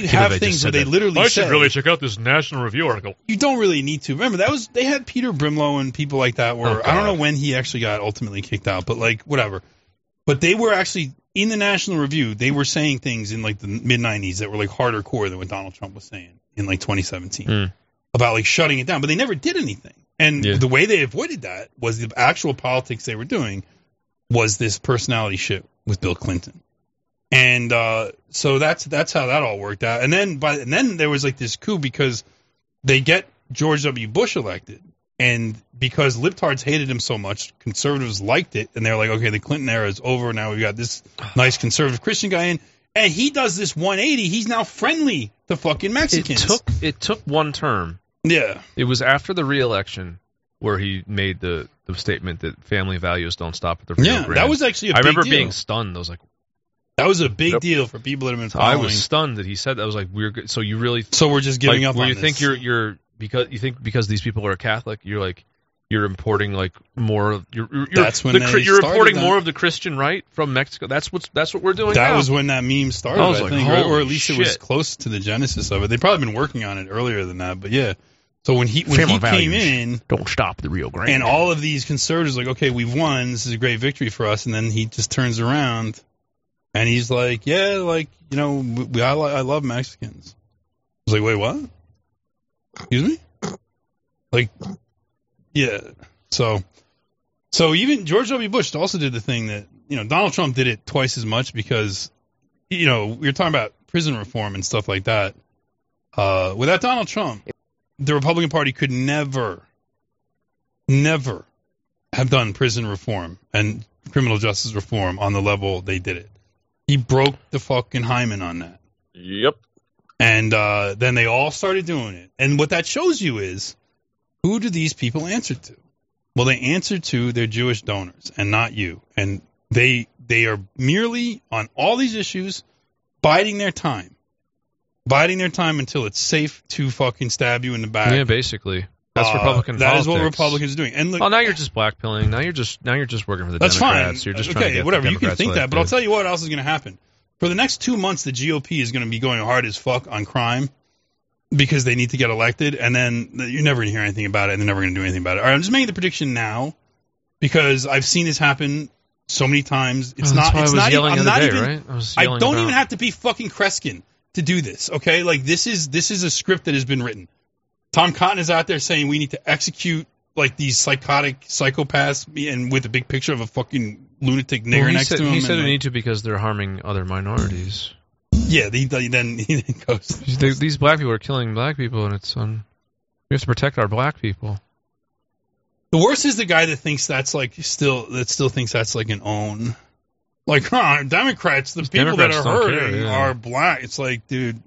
They have things where they literally say, check out this national review article. you don't really need to. Remember that was they had Peter Brimlow and people like that where Oh, I don't God. know when he actually got ultimately kicked out, but like whatever. But they were actually in the National Review, they were saying things in like the mid nineties that were like harder core than what Donald Trump was saying in like twenty seventeen Hmm. about like shutting it down. But they never did anything. And Yeah. the way they avoided that was the actual politics they were doing was this personality shit with Bill Clinton. And uh, so that's that's how that all worked out. And then by and then there was like this coup because they get George W. Bush elected, and because libtards hated him so much, conservatives liked it, and they're like, okay, the Clinton era is over. Now we've got this nice conservative Christian guy in, and he does this 180. He's now friendly to fucking It Mexicans. took it took one term. yeah, It was after the reelection where he made the, the statement that family values don't stop at the Rio yeah, Grande. that was actually. A I big remember deal. being stunned. I was like, that was a big Yep. deal for people that have been I following. was stunned that he said that. I was like, we're good. so you really so we're just giving like, up. where on you this. think you're you're because you think because these people are Catholic, you're like you're importing like more of you're, you're you're- That's when the, they Chri- you're started importing that. more of the Christian right from Mexico. That's what's that's what we're doing. That now. was when that meme started, I I, was like, think, or, or holy at least it was shit. close to the genesis of it. They'd probably been working on it earlier than that, but yeah. So when he when Family he came values. in, don't stop the Rio Grande. and all of these conservatives like, okay, we've won. This is a great victory for us. And then he just turns around, and he's like, yeah, like you know, we, I, li- I love Mexicans. I was like, wait, what? Excuse me? Like, yeah. So, so even George W. Bush also did the thing that you know Donald Trump did it twice as much because you know we were talking about prison reform and stuff like that. Uh, without Donald Trump, the Republican Party could never never have done prison reform and criminal justice reform on the level they did it. He broke the fucking hymen on that. Yep. And uh, then they all started doing it. And what that shows you is who do these people answer to? Well, they answer to their Jewish donors and not you. And they they are merely on all these issues biding their time. Biding their time until it's safe to fucking stab you in the back. yeah, basically that's Uh, Republican. That is what politics. Oh, Republicans are doing. And look, Well, now you're just blackpilling. Now you're just now you're just working for the That's Democrats. fine. You're just trying okay, to get whatever. The You can Democrats think that, but I'll elected. tell you what else is going to happen. For the next two months, the GOP is going to be going hard as fuck on crime because they need to get elected, and then you're never going to hear anything about it, and they're never going to do anything about it. All right, I'm just making the prediction now because I've seen this happen so many times. It's Oh, that's not. why it's I was not yelling even. I'm the not other day, even. right? I, was I yelling don't about- even have to be fucking Kreskin to do this. Okay, like this is this is a script that has been written. Tom Cotton is out there saying we need to execute like these psychotic psychopaths and with a big picture of a fucking lunatic nigger Well, he next said, to him. He said and, we like, need to because they're harming other minorities. yeah, he, he then he then goes. They, these black people are killing black people, and it's on. We have to protect our black people. The worst is the guy that thinks that's like still that still thinks that's like an own. Like, huh, Democrats, the people Democrats that are don't care, hurting yeah. are black. It's like, dude,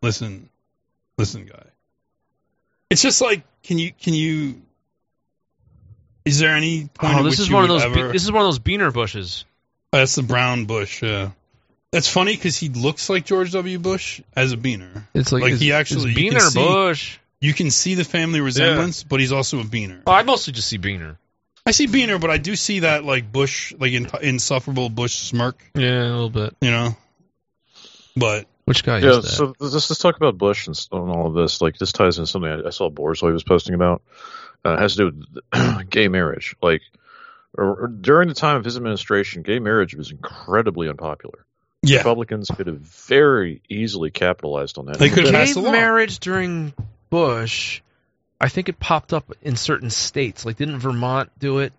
listen, listen, guy. It's just like, can you can you? Is there any point? Oh, at this which is you one of would those. Ever, Be- this is one of those beaner bushes. that's the brown bush. Yeah. That's funny because he looks like George W. Bush as a beaner. It's like, Like, it's- he actually- it's you can beaner see- bush. You can see the family resemblance, but he's also a beaner. Oh, I mostly just see beaner. I see beaner, but I do see that like Bush, like in, insufferable Bush smirk. Yeah, a little bit. you know. But Which guy yeah. is that? So let's, let's talk about Bush and, s- and all of this. Like this ties in something I, I saw Borzoi was posting about. Uh, it has to do with gay marriage. er, Like or, or during the time of his administration, gay marriage was incredibly unpopular. Yeah. Republicans could have very easily capitalized on that. They could have passed Gay the law. marriage during Bush, I think it popped up in certain states. Like, didn't Vermont do it?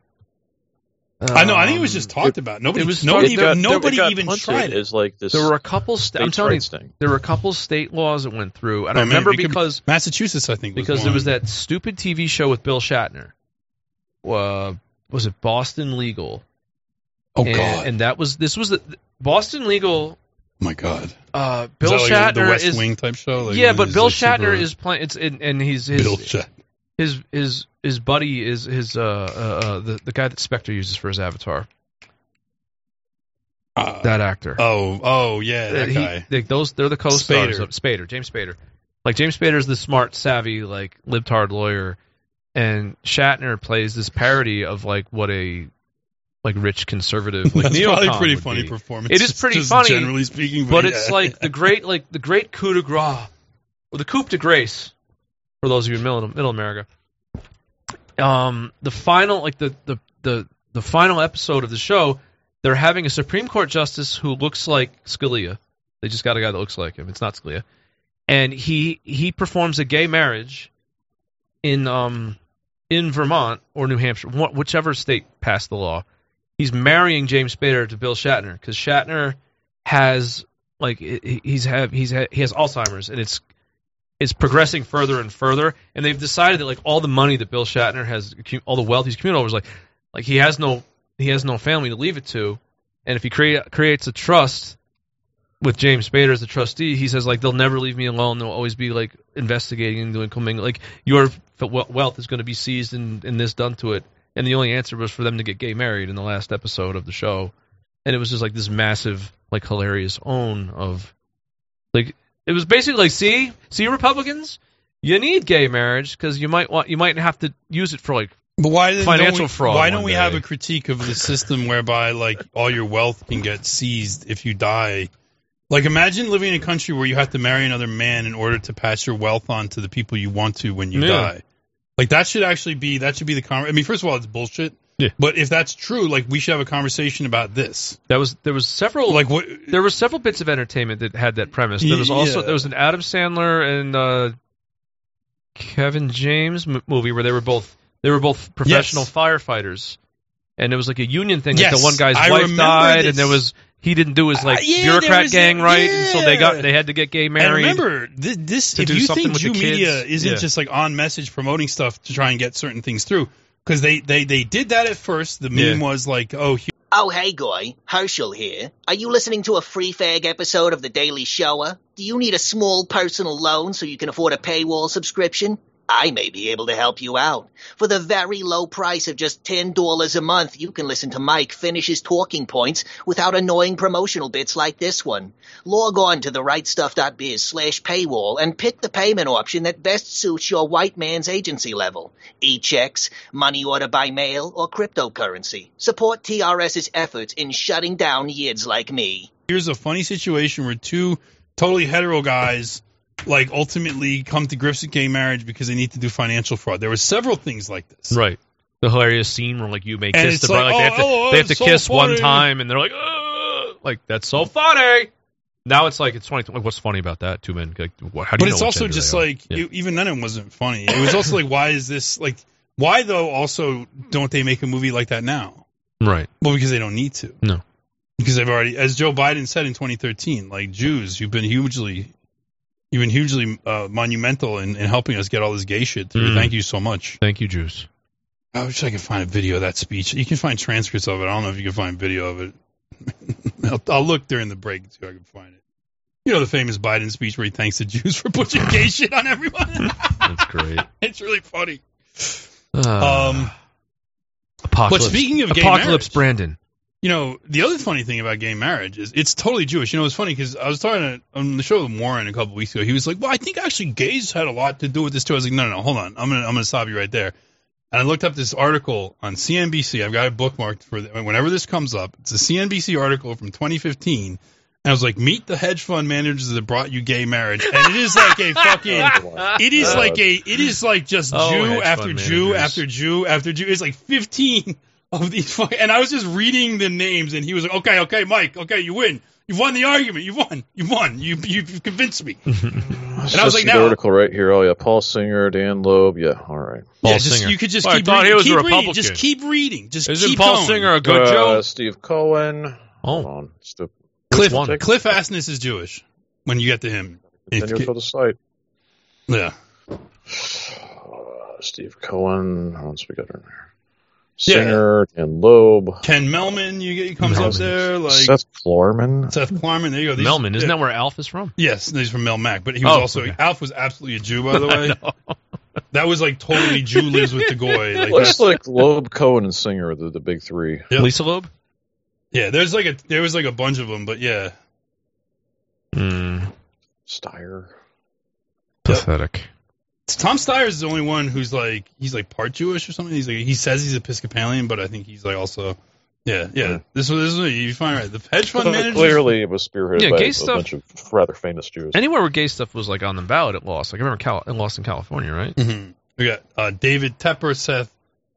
I know. I think it was Um, just talked about. Nobody, it was- nobody, It even, got- nobody it got even punted tried it. as, like this. There were a couple. Sta- I'm states' telling you, rights thing. there were a couple state laws that went through, and Oh, I man, remember we could- because Massachusetts, I think, was because there was one. that stupid TV show with Bill Shatner. Uh, was it Boston Legal? Oh and, God! and that was this was the, Boston Legal. oh my God! Uh, Is Bill that like Shatner the West is Wing type show. Like, yeah, when but he's, Bill like, Shatner super- is playing. It's and, and he's Bill his Shatner. his his his buddy is his uh, uh uh, the the guy that Spectre uses for his avatar. Uh, That actor. oh, oh yeah, Uh, that he- guy. like, those they're the co-stars Spader. of Spader, James Spader. Like James Spader's the smart, savvy, like libtard lawyer, and Shatner plays this parody of like what a like rich conservative like That's neocon probably pretty would funny be. performance. It is pretty just funny, generally speaking. but it's yeah. like the great like the great coup de grace or the coup de grace for those of you in middle, middle america um the final like the, the the the final episode of the show they're having a supreme court justice who looks like scalia they just got a guy that looks like him it's not scalia and he he performs a gay marriage in um in vermont or new hampshire wh- whichever state passed the law he's marrying james spader to bill shatner because shatner has like he- he's have he's ha- he has Alzheimer's and it's it's progressing further and further and they've decided that like all the money that Bill Shatner has accu- all the wealth he's accumulated over is like like he has no he has no family to leave it to and if he create, creates a trust with James Spader as the trustee he says like they'll never leave me alone they'll always be like investigating and doing commingling like your f- we- wealth is going to be seized and, and this done to it and the only answer was for them to get gay married in the last episode of the show and it was just like this massive, like hilarious own of, like it was basically like, see, see, Republicans, you need gay marriage because you might want, you might have to use it for like, But why then don't Financial we- fraud Why one don't we day. have a critique of the system whereby like all your wealth can get seized if you die? Like imagine living in a country where you have to marry another man in order to pass your wealth on to the people you want to when you Yeah. die. Like that should actually be that should be the con- I mean, first of all, it's bullshit. Yeah. But if that's true, like we should have a conversation about this. that was there was several like Like what? there were several bits of entertainment that had that premise. There was also Yeah. there was an Adam Sandler and uh, Kevin James m- movie where they were both they were both professional Yes. firefighters, and it was like a union thing. Like Yes, the one guy's I wife remember died, this. and there was he didn't do his like Uh, yeah, there bureaucrat was gang a- right, and so they yeah. got they had to get gay And married. remember, th- this to if do you something think with Jew the kids. media isn't Yeah. just like on message promoting stuff to try and get certain things through, because they, they they did that at first. The meme Yeah. was like, oh, he- Oh, hey, guy. Herschel here. Are you listening to a free fag episode of The Daily Shower? Do you need a small personal loan so you can afford a paywall subscription? I may be able to help you out. For the very low price of just $10 a month, you can listen to Mike finish his talking points without annoying promotional bits like this one. Log on to therightstuff.biz slash paywall and pick the payment option that best suits your white man's agency level. E-checks, money order by mail, or cryptocurrency. Support TRS's efforts in shutting down yids like me. here's a funny situation where two totally hetero guys like ultimately come to grips with gay marriage because they need to do financial fraud. There were several things like this. Right. The hilarious scene where like you may And kiss it's the brother, like, like, they have to, oh, oh, they have to it's so kiss one funny. time, and they're like, "Ugh," like that's so funny. Now it's like it's funny. Like, what's funny about that? Two men. Like, wha- how do But you know it's what also gender just they are? like Yeah. e- even then it wasn't funny. It was also like why is this like why though also don't they make a movie like that now? right. Well, because they don't need to. No. Because they've already, as Joe Biden said in 2013, like Jews, you've been hugely, you've been hugely uh, monumental in, in helping us get all this gay shit through. Mm. Thank you so much. Thank you, Juice. I wish I could find a video of that speech. You can find transcripts of it. I don't know if you can find video of it. I'll, I'll look during the break see if I can find it. You know the famous Biden speech where he thanks the Jews for pushing gay shit on everyone. That's great. it's really funny. Uh, Um, apocalypse. but speaking of gay apocalypse, marriage- Brandon. You know, the other funny thing about gay marriage is it's totally Jewish. You know, it's funny because I was talking to, on the show with Warren a couple weeks ago. He was like, "Well, I think actually gays had a lot to do with this too." I was like, "No, no, no, hold on. I'm gonna I'm gonna stop you right there." And I looked up this article on CNBC. I've got it bookmarked for the, whenever this comes up. It's a CNBC article from 2015. And I was like, "Meet the hedge fund managers that brought you gay marriage," and it is like a fucking. It is Uh, like a. It is like just Oh, Jew hedge after fund Jew managers. after Jew after Jew. It's like fifteen of these. Fucking, and I was just reading the names, and he was like, "Okay, okay, Mike, okay, you win. You've won the argument. You've won. You've won. You, you, you've convinced me. It's And I was just like, the now- article right here. Oh yeah, Paul Singer, Dan Loeb. Yeah, all right. Yeah, just, you could just Well, I keep thought reading. he was a keep reading. Republican. Just keep reading. Just Isn't keep Paul going. Singer a good Uh, Joe? Steve Cohen. Hold Oh, on. It's the Cliff, one? Cliff Asness is Jewish. When you get to him, If- continuous of the site. yeah. Uh, Steve Cohen. How else we got in there? Yeah. Singer, Dan Loeb, Ken Melman, you get he comes up Melman. there like Seth, Seth Florman. Klarman. There you go. These- Melman. Isn't yeah. that where Alf is from? Yes, these from Mel Mac, but he was Oh, also okay. Alf was absolutely a Jew, by the way. that was like totally Jew lives with Degoy. Like, Looks like Loeb, Cohen, and Singer are the, the big three. Yep. Lisa Loeb? yeah, there's like a there was like a bunch of them, but yeah, Hmm. Steyer. Pathetic. Tom Steyer is the only one who's like he's like part Jewish or something. He's like he says he's Episcopalian, but I think he's like also yeah yeah. Hmm. Yeah. This was this was you find right the hedge fund manager Clearly, it was spearheaded Yeah, by gay a stuff- bunch of rather famous Jews. Anywhere where gay stuff was like on the ballot, it lost. Like I remember Cal- it lost in California, right? Mhm. We got uh, David Tepper, Seth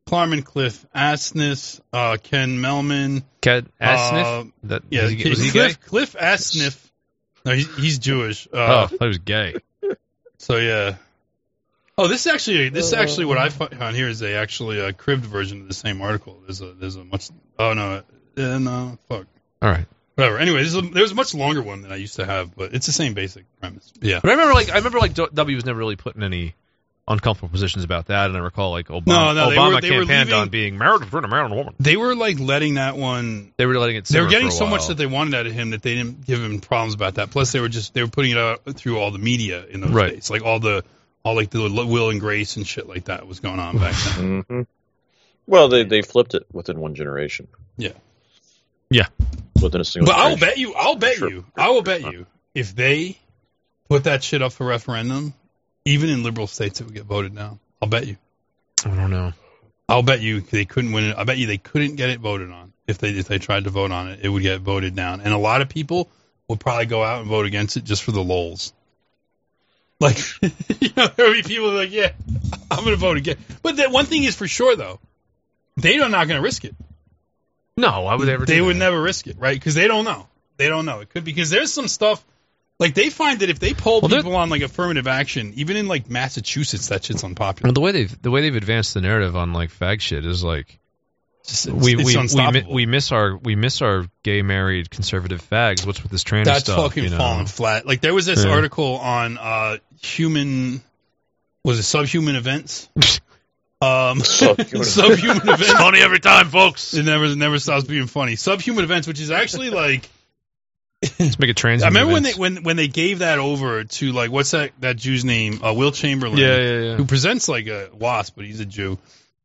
Klarman, Cliff Asness, uh, Ken Melman. Cat Asniff? Uh, that Yeah, was he, was he gay? Cliff, Cliff Asniff. No, he's, he's Jewish. Oh, I Uh, thought he was gay. So yeah. Oh, this is actually this is actually what I found here is they actually a cribbed version of the same article. There's a there's a much oh no uh, no fuck All right. whatever. Anyway, there's a, there's a much longer one than I used to have, but it's the same basic premise. Yeah. But I remember like I remember like Do- W was never really put in any uncomfortable positions about that, and I recall like Obama, No, no, they were- Obama they were campaigned leaving- on being married to a married woman. They were like letting that one They were letting it. they simmer were getting for a so much while. that they wanted out of him that they didn't give him problems about that. Plus, they were just they were putting it out through all the media in those Right. days, like all the all like the Will and Grace and shit like that was going on back then. hmm Well, they, they flipped it within one generation. Yeah. Yeah. Within a single but I'll generation. bet you, I'll bet Sure. you, I will bet you, if they put that shit up for referendum, even in liberal states, it would get voted down. I'll bet you. I don't know. I'll bet you they couldn't win it. I bet you they couldn't get it voted on. If they if they tried to vote on it, it would get voted down. And a lot of people would probably go out and vote against it just for the lulls. Like you know, there would be people like, yeah, I'm going to vote again. But that one thing is for sure though, they are not going to risk it. No, why would they ever? They do would that? never risk it, right? Because they don't know. They don't know. It could because there's some stuff. Like they find that if they poll Well, they're- people on like affirmative action, even in like Massachusetts, that shit's unpopular. Well, the way they've the way they've advanced the narrative on like fag shit is like It's just- it's- we it's we, we mi- unstoppable. we miss our we miss our gay married conservative fags. What's with this trans That's stuff? fucking you know? falling flat. Like there was this Yeah. article on uh human was it subhuman events? um Subhuman- subhuman events. Funny every time, folks. It never it never stops being funny. Subhuman events, which is actually like Let's make it trans. I remember when they when when they gave that over to like what's that that Jew's name? Uh, Will Chamberlain. yeah yeah yeah. Who presents like a wasp, but he's a Jew.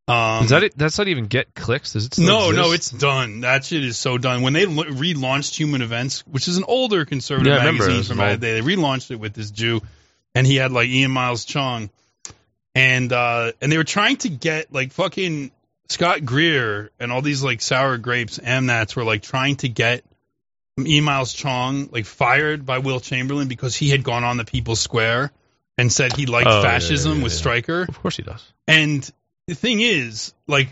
Um Is that it? That's not even get clicks. Does it? Still no, exist? no, it's done. That shit is so done. When they l- relaunched Human Events, which is an older conservative Yeah, I remember. magazine It's an from back old- in the day, they relaunched it with this Jew, and he had like Ian Miles Chong, and uh, and they were trying to get like fucking Scott Greer and all these like sour grapes amnats were like trying to get E. Miles Chong like fired by Will Chamberlain because he had gone on the People's Square and said he liked Oh, yeah, yeah, fascism yeah, with yeah. Stryker. Of course he does. And the thing is, like,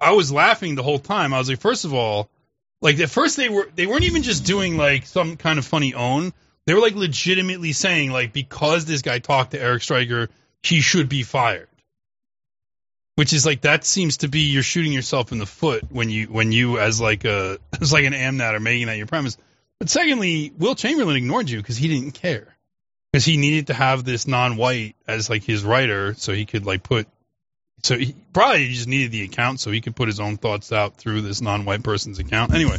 I was laughing the whole time. I was like, first of all, like at first they were they weren't even just doing like some kind of funny own. They were like legitimately saying like because this guy talked to Eric Stryker, he should be fired. Which is like that seems to be you're shooting yourself in the foot when you when you as like a as like an amnat are making that your premise. But secondly, Will Chamberlain ignored you because he didn't care because he needed to have this non-white as like his writer so he could like put so he probably just needed the account so he could put his own thoughts out through this non-white person's account anyway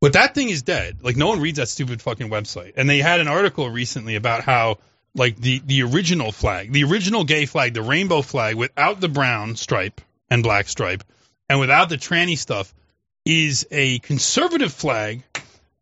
but that thing is dead like no one reads that stupid fucking website and they had an article recently about how like the the original flag the original gay flag the rainbow flag without the brown stripe and black stripe and without the tranny stuff is a conservative flag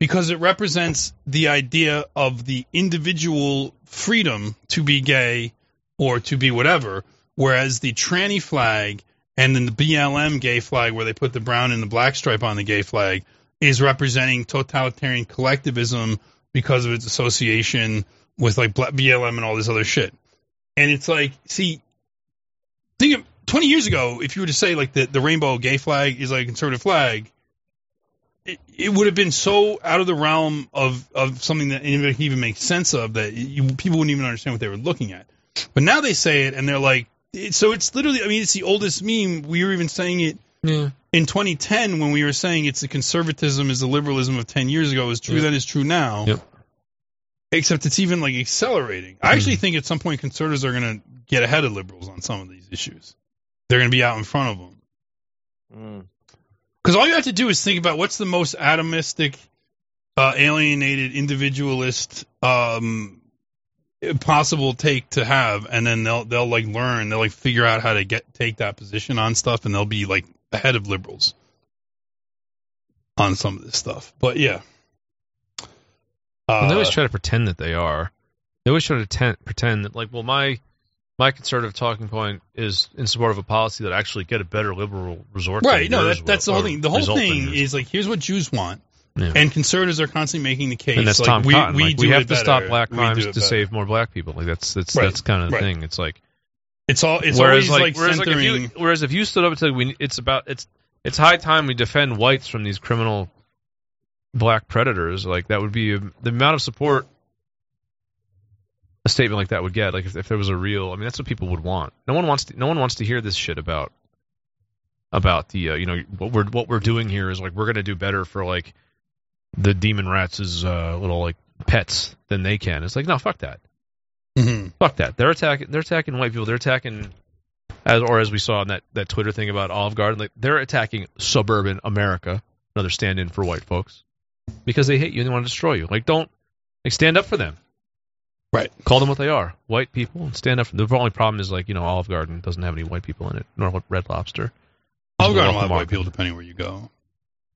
because it represents the idea of the individual freedom to be gay or to be whatever, whereas the tranny flag and then the BLM gay flag, where they put the brown and the black stripe on the gay flag, is representing totalitarian collectivism because of its association with like bla- BLM and all this other shit. And it's like, see, think of 20 years ago, if you were to say like the, the rainbow gay flag is like a conservative flag, it, it would have been so out of the realm of, of something that anybody could even make sense of that you, people wouldn't even understand what they were looking at. But now they say it and they're like, it, so it's literally, I mean, it's the oldest meme. We were even saying it Yeah. in 2010 when we were saying it's the conservatism is the liberalism of 10 years ago is true Yeah. that is true now. Yep. Except it's even like accelerating. I actually think at some point conservatives are going to get ahead of liberals on some of these issues. They're going to be out in front of them. Mm. Because all you have to do is think about what's the most atomistic, uh, alienated, individualist um, possible take to have, and then they'll they'll like learn, they'll like figure out how to get take that position on stuff, and they'll be like ahead of liberals on some of this stuff. But yeah, And they uh, always try to pretend that they are. They always try to ten- pretend that, like, well, my my conservative talking point is in support of a policy that actually get a better liberal resort. to right? No, yours that, that's the will- whole or thing. The whole result than thing yours. is like here's what Jews want, Yeah. and conservatives are constantly making the case. and that's like, Tom we, Cotton. We, like, do have it to stop better. black We crimes do to it better. save more black people. Like that's that's Right, that's kind of the right. thing. It's like It's all. It's whereas always like, like, whereas like if centering. you whereas if you stood up and said we it's about it's it's high time we defend whites from these criminal black predators like that would be the amount of support a statement like that would get like if, if there was a real I mean that's what people would want no one wants to, no one wants to hear this shit about about the uh, you know what we're what we're doing here is like we're gonna do better for like the demon rats is uh, little like pets than they can it's like no fuck that Mhm. fuck that. They're attacking. They're attacking white people. They're attacking, as or as we saw in that, that Twitter thing about Olive Garden. Like they're attacking suburban America, another stand-in for white folks, because they hate you and they want to destroy you. Like don't like stand up for them. Right. Call them what they are, white people, and stand up. For them. The only problem is like you know Olive Garden doesn't have any white people in it, nor Red Lobster. I've gotten a lot Welcome of Mark. white people depending where you go.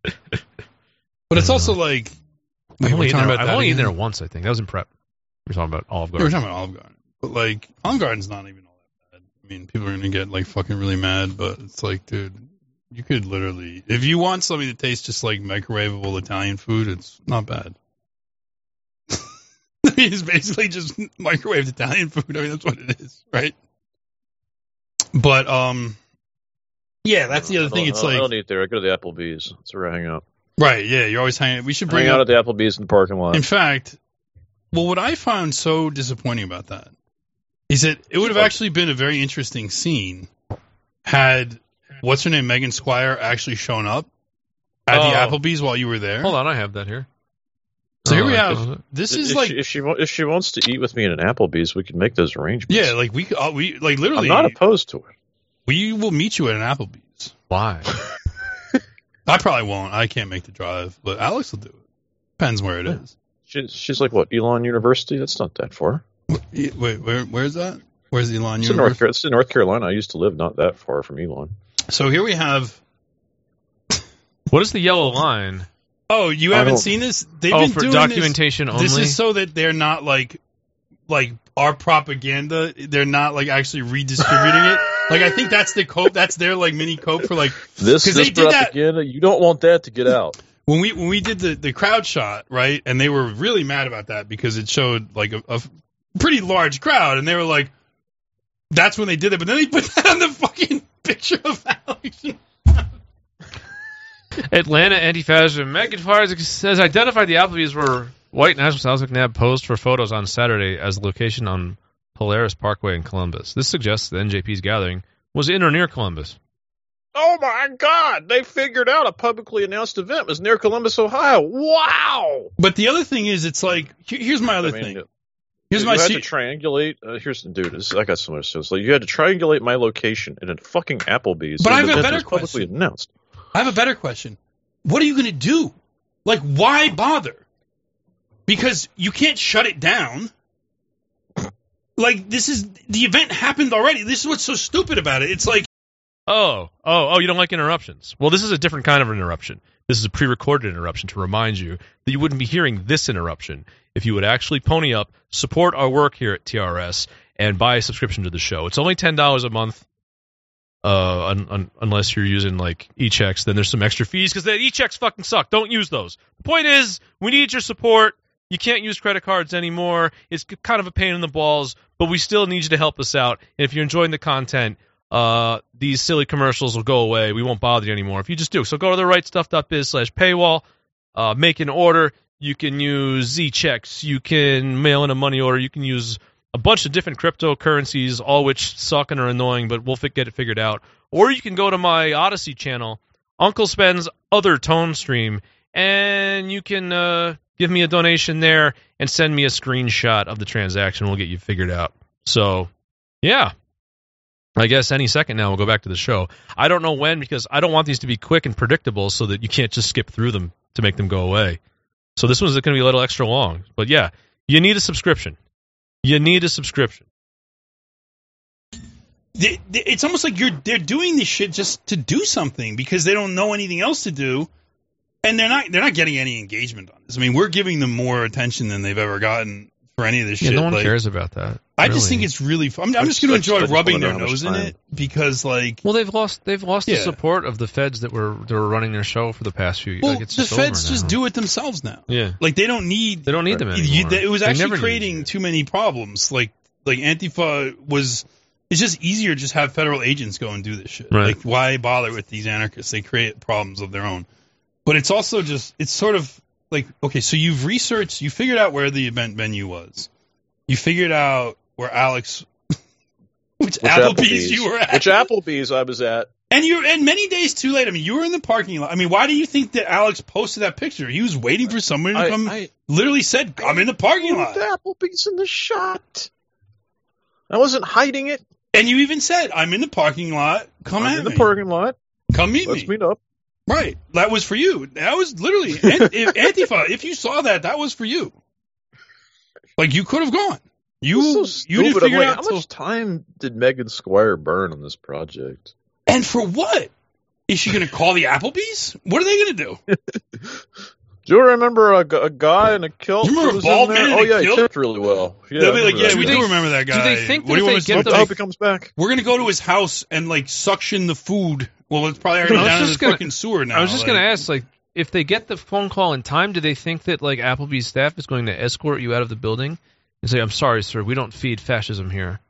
But it's also like I've only, we're eaten talking there, about I've that only eaten again? there once, I think. That was in prep. We're talking about Olive Yeah, we're Garden. talking about Olive Garden, but like Olive Garden's not even all that bad. I mean, people are gonna get like fucking really mad, but it's like, dude, you could literally, if you want something that tastes just like microwavable Italian food, it's not bad. I mean, it's basically just microwaved Italian food. I mean, that's what it is, right? But um, yeah, that's the I other don't- thing. It's I don't- I like don't eat there. I go to the Applebee's. That's where I hang out. Right. Yeah. You're always hanging. We should Hang bring out up. at the Applebee's in the parking lot. in fact, well, what I found so disappointing about that is that it would have actually been a very interesting scene had what's her name Megan Squire actually shown up at the Oh. Applebee's while you were there. Hold on, I have that here. So here we Oh, have. This If- is if like. she, if she wa- if she wants to eat with me in an Applebee's, we can make those arrangements. Yeah, like we, could- uh, we like I'm literally, not opposed to it. we will meet you at an Applebee's. Why? I probably won't. I can't make the drive, but Alex will do it. Depends where it is. She, she's like what Elon University? That's not that far. Wait, where, where's that? Where's Elon? It's in University? North Car- it's in North Carolina. I used to live not that far from Elon. So here we have What is the yellow line? Oh, you I haven't don't- seen this? They've oh, been for doing documentation this. only. This is so that they're not like, like our propaganda. They're not like actually redistributing it. Like I think that's the cope. That's their like mini cope for like This 'Cause this they did that- propaganda. You don't want that to get out. when we when we did the the crowd shot right, and they were really mad about that because it showed like a, a pretty large crowd, and they were like, that's when they did it. But then they put that on the fucking picture of Alex. Atlanta anti-fascism. Megan Fires says identified the Applebee's where white nationalist Alex McNabb posed for photos on Saturday as the location on Polaris Parkway in Columbus. This suggests the NJP's gathering was in or near Columbus. Oh my God! They figured out a publicly announced event was near Columbus, Ohio. Wow. But the other thing is, it's like here- here's my other I mean, thing. you- Here's you my had se- to triangulate. Uh, here's dude. This, I got so much sense. Like you had to triangulate my location in a fucking Applebee's. But I have and the a event better was publicly question. announced. I have a better question. What are you going to do? Like, why bother? Because you can't shut it down. Like, this is the event happened already. This is what's so stupid about it. It's like, Oh, oh, oh! You don't like interruptions. Well, this is a different kind of interruption. This is a pre-recorded interruption to remind you that you wouldn't be hearing this interruption if you would actually pony up, support our work here at TRS, and buy a subscription to the show. It's only ten dollars a month. Uh, un, un, unless you're using like e-checks, then there's some extra fees because that e-checks fucking suck. Don't use those. The point is, we need your support. You can't use credit cards anymore. It's kind of a pain in the balls, but we still need you to help us out. And if you're enjoying the content, uh, these silly commercials will go away. We won't bother you anymore if you just do. So go to the rightstuff.biz slash paywall, uh, make an order. You can use Z checks. You can mail in a money order. You can use a bunch of different cryptocurrencies, all which suck and are annoying, but we'll fi- get it figured out. Or you can go to my Odyssey channel, Uncle Spen's other tone stream, and you can uh, give me a donation there and send me a screenshot of the transaction. We'll get you figured out. So, yeah. I guess any second now we'll go back to the show. I don't know when because I don't want these to be quick and predictable so that you can't just skip through them to make them go away. So this one's going to be a little extra long. But yeah, you need a subscription. You need a subscription. They, they, it's almost like you're they're doing this shit just to do something because they don't know anything else to do, and they're not they're not getting any engagement on this. I mean, we're giving them more attention than they've ever gotten for any of this Yeah, shit. no one like- cares about that. I just really. think it's really. Fun. I'm, I'm I just going to just- I enjoy just rubbing wanna their know how much nose in time. it because, like, well, they've lost they've lost the Yeah. support of the feds that were that were running their show for the past few years. well, like, it's the just over feds just now. do it themselves now. Yeah, Like, they don't need. they don't need them anymore. you- that- it was They never actually needed creating it. too many problems. Like, like Antifa was. It's just easier to just have federal agents go and do this shit. Right. Like, why bother with these anarchists? They create problems of their own. But it's also just it's sort of like okay, so you've researched, you figured out where the event venue was, you figured out where Alex, which, Which Applebee's, you were at, Which Applebee's I was at. And you and many days too late. I mean, you were in the parking lot. I mean, why do you think that Alex posted that picture? He was waiting for somebody to I, come. I literally said, "I'm in the parking moved lot," Applebee's in the shot. I wasn't hiding it. and you even said, "I'm in the parking lot. Come I'm at in the me. parking lot. come meet Let's me." meet up. Right. That was for you. That was literally an- if Antifa. If you saw that, that was for you. Like you could have gone. This You is so you stupid. didn't I'm figure like, it out. how till- much time did Megan Squire burn on this project? and for what? Is she going to call the Applebee's? What are they going to do? Do you remember a, gu- a guy in a kilt? You remember who was a bald in there? man in Oh a yeah, kilt? he tipped really well. Yeah, They'll I be like, remember "Yeah, that we guy. do remember that do guy. they think that what do you if want us they to get Hope- do? the- I hope he comes back. We're gonna go to his house and like suction the food. Well, it's probably already I was down in just the gonna- fucking sewer now. I was just like- going to ask, like, if they get the phone call in time, do they think that like Applebee's staff is going to escort you out of the building and say, "I'm sorry, sir, we don't feed fascism here"?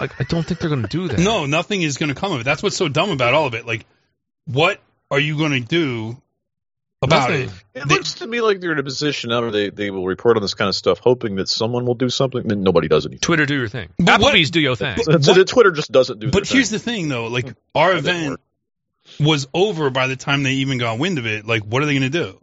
Like, I don't think they're going to do that. No, nothing is going to come of it. That's what's so dumb about all of it. Like, what are you going to do about Nothing. it? It They- looks to me like they're in a position now where they, they will report on this kind of stuff, hoping that someone will do something. Then nobody does anything. Twitter, do your thing. But what- Applebee's, do your thing. So that's- what- Twitter just doesn't do. But here's the thing, though. Like, our That didn't event work. was over by the time they even got wind of it. Like, what are they going to do?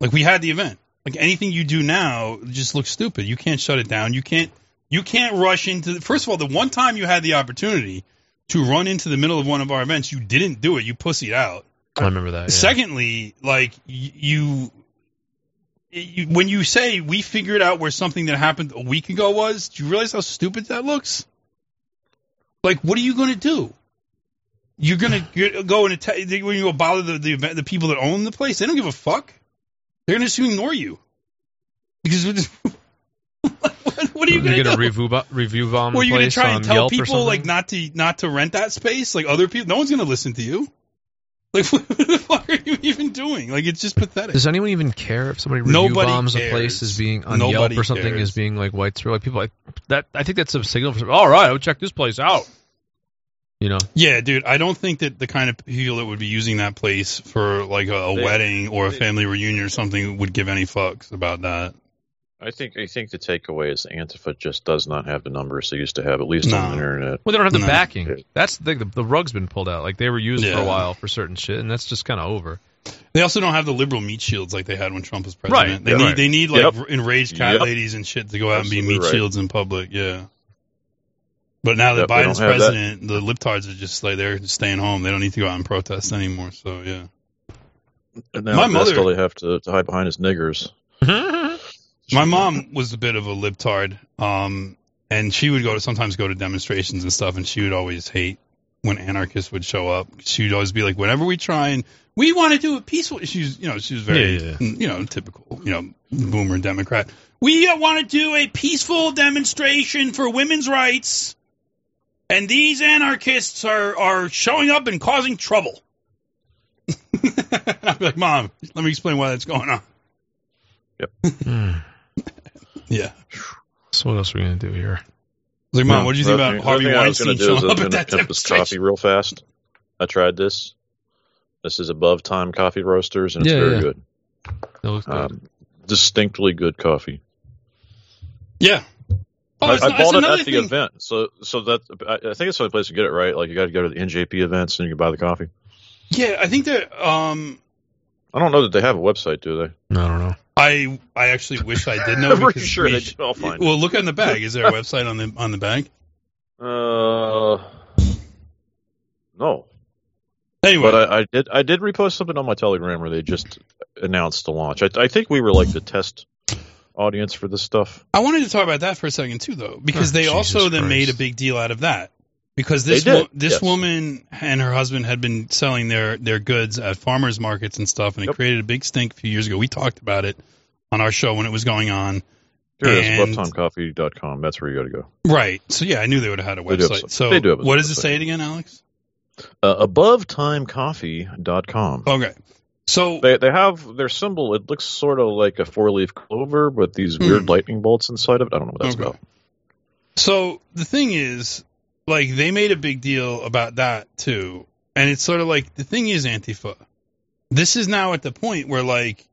Like, we had the event. Like, anything you do now just looks stupid. You can't shut it down. You can't. You can't rush into. The, first of all, the one time you had the opportunity to run into the middle of one of our events, you didn't do it. You pussied out. I remember that. yeah. Secondly, like y- you, you, when you say we figured out where something that happened a week ago was, do you realize how stupid that looks? Like, what are you going to do? You're going to you're go and attack, they- when you go bother the, the event- the people that own the place, they don't give a fuck. They're going to just ignore you because we're just- what, what are you you're going to gonna do? review bo- review bomb. Well, the you're gonna place try on and tell Yelp or people something? like not to not to rent that space. Like other people, no one's gonna listen to you. Like what the fuck are you even doing? Like it's just pathetic. Does anyone even care if somebody review Nobody bombs a cares. place as being on Nobody Yelp or something as cares. being like white through? Like people, like, that I think that's a signal for. All right, I'll check this place out. You know, Yeah, dude, I don't think that the kind of people that would be using that place for like a, a They- wedding or a they- family reunion or something would give any fucks about that. I think I think the takeaway is Antifa just does not have the numbers they used to have, at least on No. the internet. Well, they don't have the No. backing. That's the thing. The, the rug's been pulled out. Like they were used for Mm-hmm. Yeah. a while for certain shit, and that's just kind of over. They also don't have the liberal meat shields like they had when Trump was president. Right, They yeah, need right. they need like Yep. enraged cat Yep. ladies and shit to go out and be Absolutely meat right. shields in public. Yeah. But now that Yep, they Biden's don't have that. president, the libtards are just like they're staying home. They don't need to go out and protest anymore. So yeah. And now My that's mother- all they have to, to hide behind is niggers. My mom was a bit of a libtard, um, and she would go to sometimes go to demonstrations and stuff, and she would always hate when anarchists would show up. She would always be like, "Whenever we try and we want to do it peaceful," she's you know she was very Yeah, yeah, you know typical you know boomer Democrat. We want to do a peaceful demonstration for women's rights, and these anarchists are are showing up and causing trouble. I'm like, Mom, let me explain why that's going on. Hmm. Yeah. so what else are we gonna do here? I was like, Mom, Yeah. what do you think Another about thing- Harvey another thing I was Weinstein gonna do is showing I up was at gonna that attempt this demonstration? coffee real fast. I tried this. This is above time coffee roasters, and it's Yeah, very yeah. good. It looks good. Um, distinctly good coffee. Yeah. I, Oh, it's I not- it's bought it at another the thing- event, so so that I, I think it's the only place to get it right. Like you got to go to the NJP events and you can buy the coffee. Yeah, I think that um, I don't know that they have a website, do they? No, I don't know. I I actually wish I did know. I'm pretty because sure we they sh- do. I'll find it. Well, look on the bag. Is there a website on the on the bag? Uh, no. Anyway, But uh, I, I did I did repost something on my Telegram where they just announced the launch. I, I think we were like the test audience for this stuff. I wanted to talk about that for a second too, though, Oh, because they Jesus also then Christ. made a big deal out of that because Ah, They this did, wo- this yes. woman and her husband had been selling their their goods at farmers markets and stuff, and it Yep. created a big stink a few years ago. We talked about it on our show when it was going on, Here it And- is, webtimecoffee.com. That's where you got to go. right? So yeah, I knew they would have had a They do have website. some- so they do have a what does it website. say it again, Alex? Uh, AboveTimeCoffee.com. Okay, so They they have their symbol. It looks sort of like a four leaf clover, but these weird lightning bolts inside of it. I don't know what that's Hmm. Okay. about. So the thing is, like, they made a big deal about that too, and it's sort of like the thing is Antifa. This is now at the point where like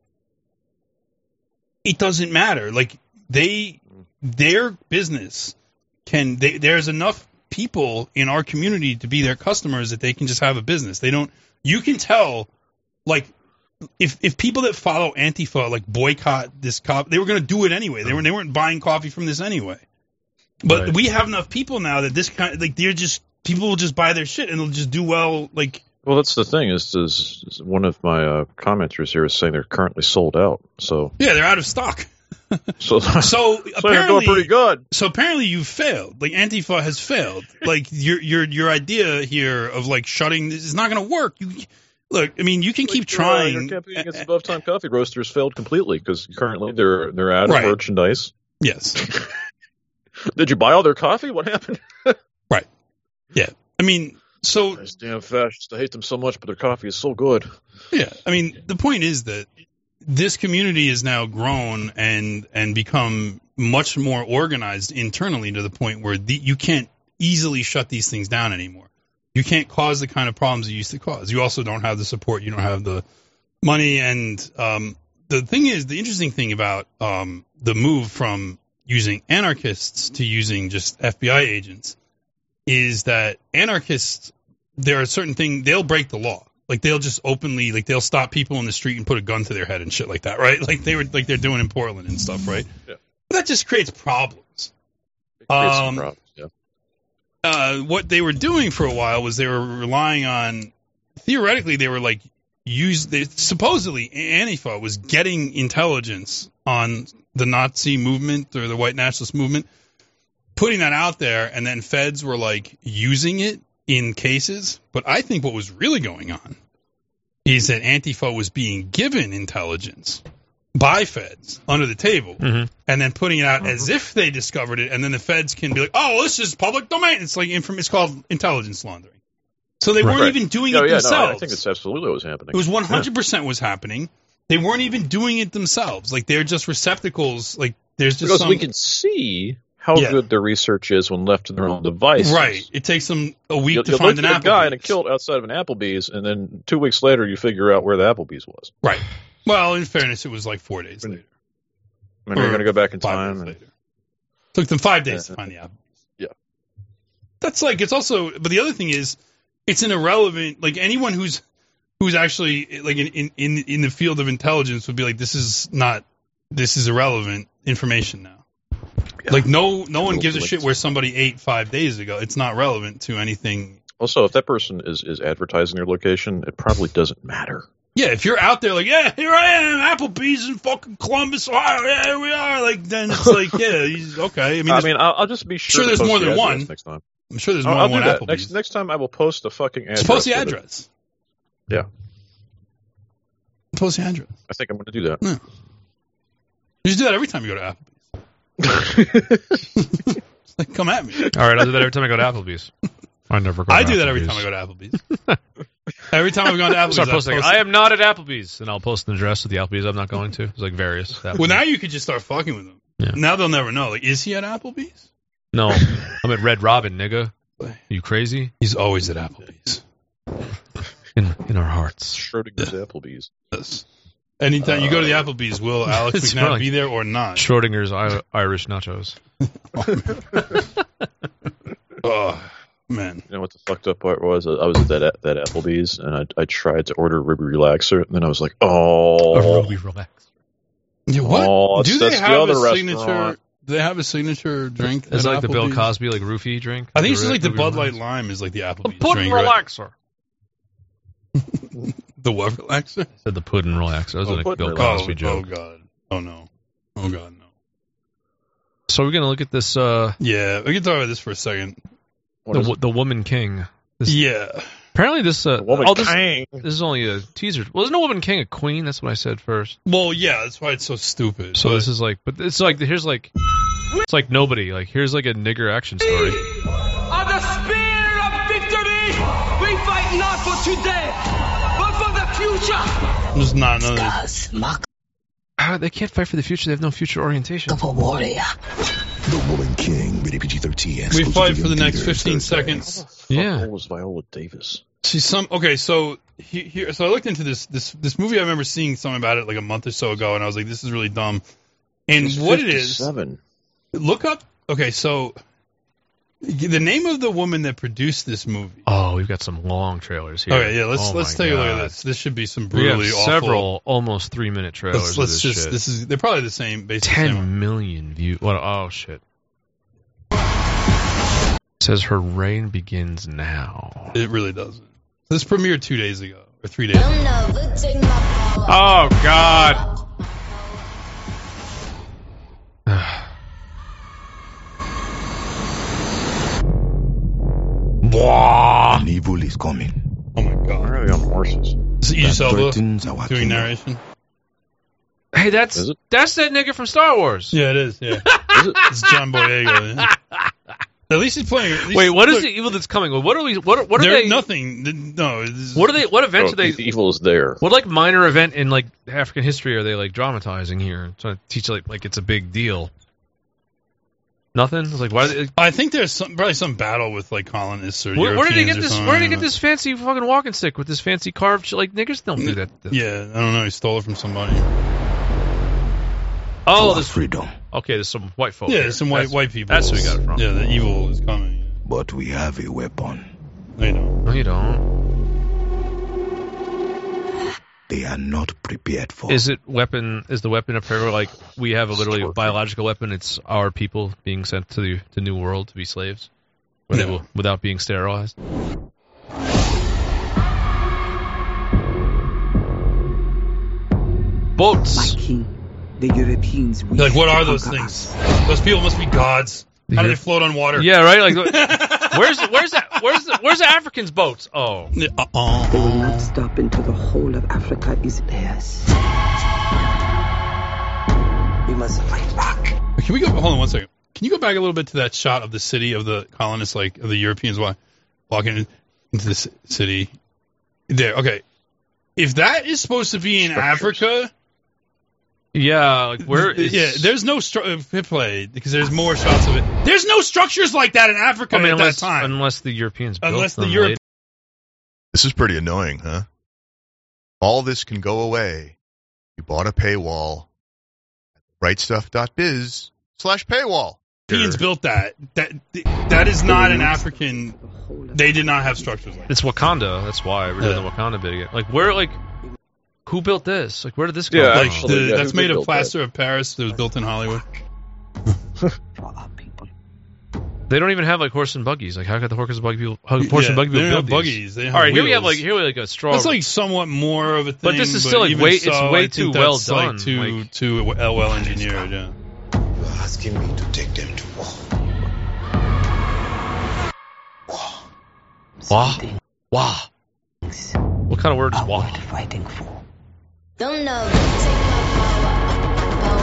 it doesn't matter. Like they, their business can. They, there's enough people in our community to be their customers that they can just have a business. They don't. You can tell, like. If if people that follow Antifa like boycott this cop, they were going to do it anyway. They were they weren't buying coffee from this anyway. But Right. we have enough people now that this kind like they're just people will just buy their shit and they'll just do well. Like Well, that's the thing is, is is one of my uh, commenters here is saying they're currently sold out. So yeah, they're out of stock. so so So they're doing apparently, pretty good. so apparently you failed. Like Antifa has failed. Like your your your idea here of like shutting this is not going to work. You look. I mean, you can keep Like, uh, trying. Your campaign against above time coffee roasters failed completely because currently they're they're out of Right. merchandise. yes. Did you buy all their coffee? What happened? I mean, so These damn fascists! I hate them so much, but their coffee is so good. Yeah, I mean, the point is that this community is now grown and and become much more organized internally to the point where the, you can't easily shut these things down anymore. You can't cause the kind of problems you used to cause. You also don't have the support. You don't have the money. And um, the thing is, the interesting thing about um, the move from using anarchists to using just FBI agents is that anarchists there are certain things they'll break the law. Like they'll just openly like they'll stop people in the street and put a gun to their head and shit like that, right? Like they were like they're doing in Portland and stuff, right? Yeah. But that just creates problems. It creates some Um, problems, yeah. Uh, what they were doing for a while was they were relying on theoretically they were like use they, supposedly Antifa was getting intelligence on the Nazi movement or the white nationalist movement, putting that out there, and then feds were like using it in cases. But I think what was really going on is that Antifa was being given intelligence by feds under the table Mm-hmm. Mhm. and then putting it out as if they discovered it and then the feds can be like oh this is public domain it's like inform- it's called intelligence laundering so they weren't Right. even doing No, it yeah, no, themselves I think that's absolutely what was happening. it was one hundred percent was happening. They weren't even doing it themselves. Like they're just receptacles. Like there's just because some, we can see how Yeah. good their research is when left to their own devices. right. It takes them a week You'll, to you'll find an look at a apple. guy in a kilt outside of an Applebee's, and then two weeks later you figure out where the Applebee's was. Right. Well, in fairness, it was like four days later. And you're Or going to go back in five time. days And, later. Took them five days to Yeah. find the apple. Yeah. That's like it's also. But the other thing is, it's an irrelevant. Like anyone who's who's actually like in in in, in the field of intelligence would be like, this is not. This is irrelevant information now. Like no no one Little gives a blitz. shit where somebody ate five days ago. It's not relevant to anything. also, if that person is, is advertising their location, it probably doesn't matter. Yeah, if you're out there like, yeah, here I am, Applebee's in fucking Columbus, Ohio. Yeah, here we are. Like then it's like, yeah, he's okay. I mean, I there's- mean, I'll, I'll just be Sure, sure. to there's post more the than address one. next time. I'm sure there's I'll, more I'll than do one that Applebee's. next next time. I will post the fucking address. Just post the to address. Yeah. Post the address. I think I'm going to do that. You should do that every time you go to Applebee's. Like, come at me. All right, I'll do that every time I go to Applebee's. I never go. I do that every time I go to Applebee's. every time I've gone to Applebee's, Start I posting. post I it. am not at Applebee's, and I'll post an address of the Applebee's I'm not going to. It's like various. Well, Applebee's. now you could just start fucking with them. Yeah. Now they'll never know. Like, is he at Applebee's? no, I'm at Red Robin, nigga. You crazy? He's always at Applebee's. In in our hearts. Schrodinger's Applebee's. Yes. Anytime you go to the Applebee's, will Alex Uh, It's McNabb really- be there or not? Schrodinger's I- Irish nachos. Oh man, You know what the fucked up part was? I was at that that Applebee's and I, I tried to order Ruby Relaxer and then I was like, oh, Ruby relax. Yeah, what? Oh, do they that's- that's the have a other signature? restaurant. Do they have a signature drink? It's at like the Bill Applebee's? Cosby like roofie drink. I think it's just Ru- like the Ruby Bud Light Relax. Lime is like the The Applebee's pudding drink, right? relaxer. The what relaxer? I said the pudding relaxer. That was Oh, a pudding Bill relaxer. Cosby oh, joke. oh god. Oh no. Oh god no. So we're gonna look at this. Uh, Yeah, we can talk about this for a second. What the is wo- the woman king. This- Yeah. Apparently this. Uh, it? Woman oh, this, Kang. this is only a teaser. Well, there's no woman king, a queen. That's what I said first. Well, yeah, that's why it's so stupid. So but- this is like, but it's like here's like, it's like nobody. Like here's like a nigger action story. On the spear of victory, we fight not for today, but for the future. there's not none of this. As mark Ah, they can't fight for the future. They have no future orientation. of a warrior. The Woman King, rated PG-13. We fight for the next 15 seconds. Yeah. was Viola Davis? See some okay, so he, here so I looked into this this this movie I remember seeing something about it like a month or so ago and I was like this is really dumb. And what it is Seven. look up okay, so the name of the woman that produced this movie. Oh, we've got some long trailers here. Okay, yeah, let's Oh let's my take a look God. at this. This should be some We have brutally awful several almost three minute trailers. Let's, of let's this just shit. this is they're probably the same basically. the same one. ten million views. What? Oh shit! says her reign begins now. It really doesn't. This premiered two days ago or three days. ago. Oh God! Evil is coming. Oh my god! Why are they on horses? Is it Idris Elba our doing narration? Hey, that's Is it? that's that nigga from Star Wars. Yeah, it is. Yeah, it's John Boyega. yeah. At least he's playing. at least- Wait, what is look, the evil that's coming? What are we? What are, what are They're they? nothing. th- No. it's- What are they? What event Oh, are they? the evil is there. What like minor event in like African history are they like dramatizing here? Trying to teach like like it's a big deal. Nothing. It's like why? They, I think there's some, probably some battle with like colonists or where, where did he Europeans get or this? something, Where did he I get don't this fancy fucking walking stick with this fancy carved? shit? Like niggers don't do that. know. Yeah, I don't know. He stole it from somebody. Oh, this, freedom, okay. There's some white folk. Yeah, here. there's some white That's- white people. That's who he got it from. Yeah, the evil is coming. but we have a weapon. I know. No, you don't. They are not prepared for. Is it weapon? Is the weapon of prayer like we have a literally a torture. biological weapon? It's our people being sent to the, the new world to be slaves, where they No. will, without being sterilized. Boats. The Europeans will Like, what are those things? Those people must be gods. How do they float on water? Yeah, right. Like, where's the, where's that? Where's the, where's the Africans' boats? Oh, Yeah, Uh-uh. not stop until the whole of Africa is theirs. We must fight back. Can we go? Hold on one second. Can you go back a little bit to that shot of the city of the colonists, like of the Europeans wa- walking in- into this city? There. Okay. If that is supposed to be in Africa, yeah. Like, where is? yeah, there's no stru- uh, hit play because there's more shots of it. There's no structures like that in Africa I mean, at unless, that time. unless the Europeans built Unless the them Europe- later. This is pretty annoying, huh? All this can go away. You bought a paywall at rightstuff.biz slash paywall. Europeans built that. That that is not an African. They did not have structures like that. It's Wakanda. That's why we're doing the Wakanda bit again. Like where? Like who built this? Like where did this come Yeah, from? Like actually, the, yeah, that's who did made of build that? plaster of Paris. That was built in Hollywood. For our people. They don't even have like horse and buggies. Like how could the horse and buggy people? How, horse Yeah, and buggy they people don't build have these? buggies. They have All right, here we have wheels. like here we have, like a straw. That's like somewhat more of a thing. But this is still, like, even way- it's so, way I think too that's, well Like done, too like- too well well engineered. Yeah. You're asking me to take them to war. wah wah. What kind of word is wah? Fighting for. Don't know.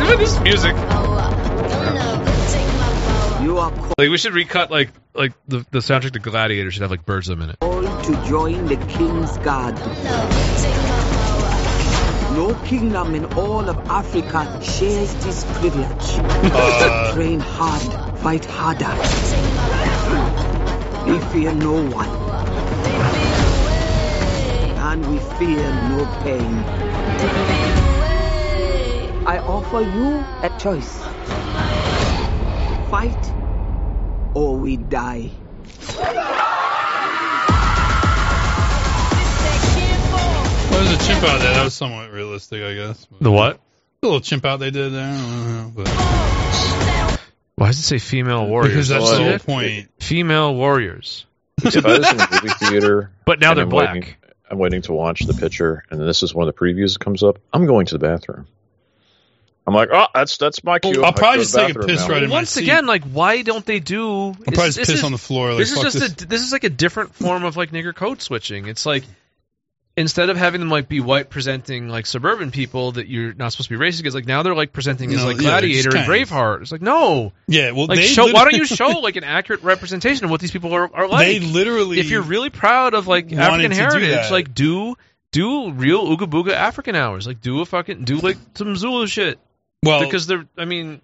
Look at this music. Don't know. You are called Like we should recut like like the the soundtrack to Gladiator should have like birds in it. to join the king's guard. No kingdom in all of Africa shares this privilege. Uh, Train hard, fight harder. We fear no one. And we fear no pain. I offer you a choice. Fight or we die. Well, there's a chimp out there. That was somewhat realistic, I guess. The what? The little chimp out they did there. I don't know, but Why does it say female warriors? Because that's See the whole that? point. Female warriors. if I was in the movie theater, But now and they're I'm black. Waiting, I'm waiting to watch the picture, and this is one of the previews that comes up. I'm going to the bathroom. I'm like, oh, that's that's my cue. I'll I probably go to just the take a bathroom piss now." right in my Once seat. again, like, why don't they do? I'll probably just piss on the floor. Like, this is fuck just this. a, this is like a different form of like nigger code switching. It's like instead of having them like be white presenting like suburban people that you're not supposed to be racist against, like now they're like presenting as No, like yeah, Gladiator it's and kind of- Braveheart. It's like no, yeah. Well, like they show. Why don't you literally- show like an accurate representation of what these people are, are like? They literally. if you're really proud of like wanted African to do heritage, that. like do do real ooga booga African hours. Like do a fucking do like some Zulu shit well, because they're. I mean,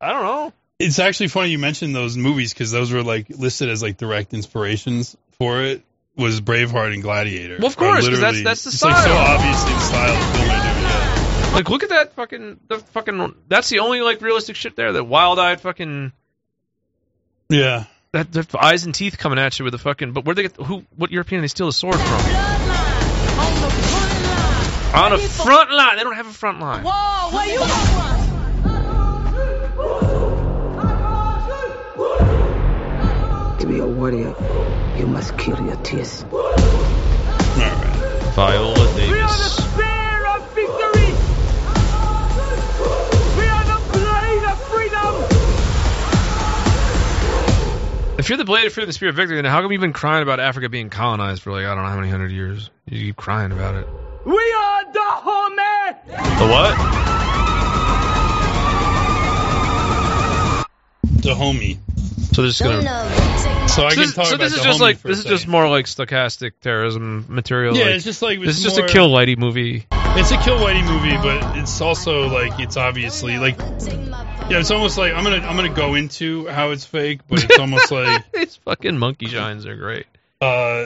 I don't know. It's actually funny you mentioned those movies because those were like listed as like direct inspirations for it. Was Braveheart and Gladiator? Well, of Are course, 'cause that's- literally- that's the it's, like, so style. obviously the style of film they're doing. yeah. Like look at that fucking the fucking. That's the only like realistic shit there. That wild eyed fucking Yeah. that the eyes and teeth coming at you with a fucking. But where they get who? What European they steal the sword from? On a front line. They don't have a front line. Whoa, where you To be a warrior, you must kill your tears. All right. Viola We are the spear of victory! We are the blade of freedom! If you're the blade of freedom, the spirit of victory, then how come you've been crying about Africa being colonized for like I don't know how many hundred years? You keep crying about it. We are the homie! The what? The homie. So they're just gonna. So so I can this, talk so about this the is just homie like for this a is just second. more like stochastic terrorism material. Yeah, like- it's just like this is just a more- kill Whitey movie. It's a Kill Whitey movie, but it's also like it's obviously like yeah, it's almost like I'm gonna I'm gonna go into how it's fake, but it's almost like These fucking monkey shines are great. uh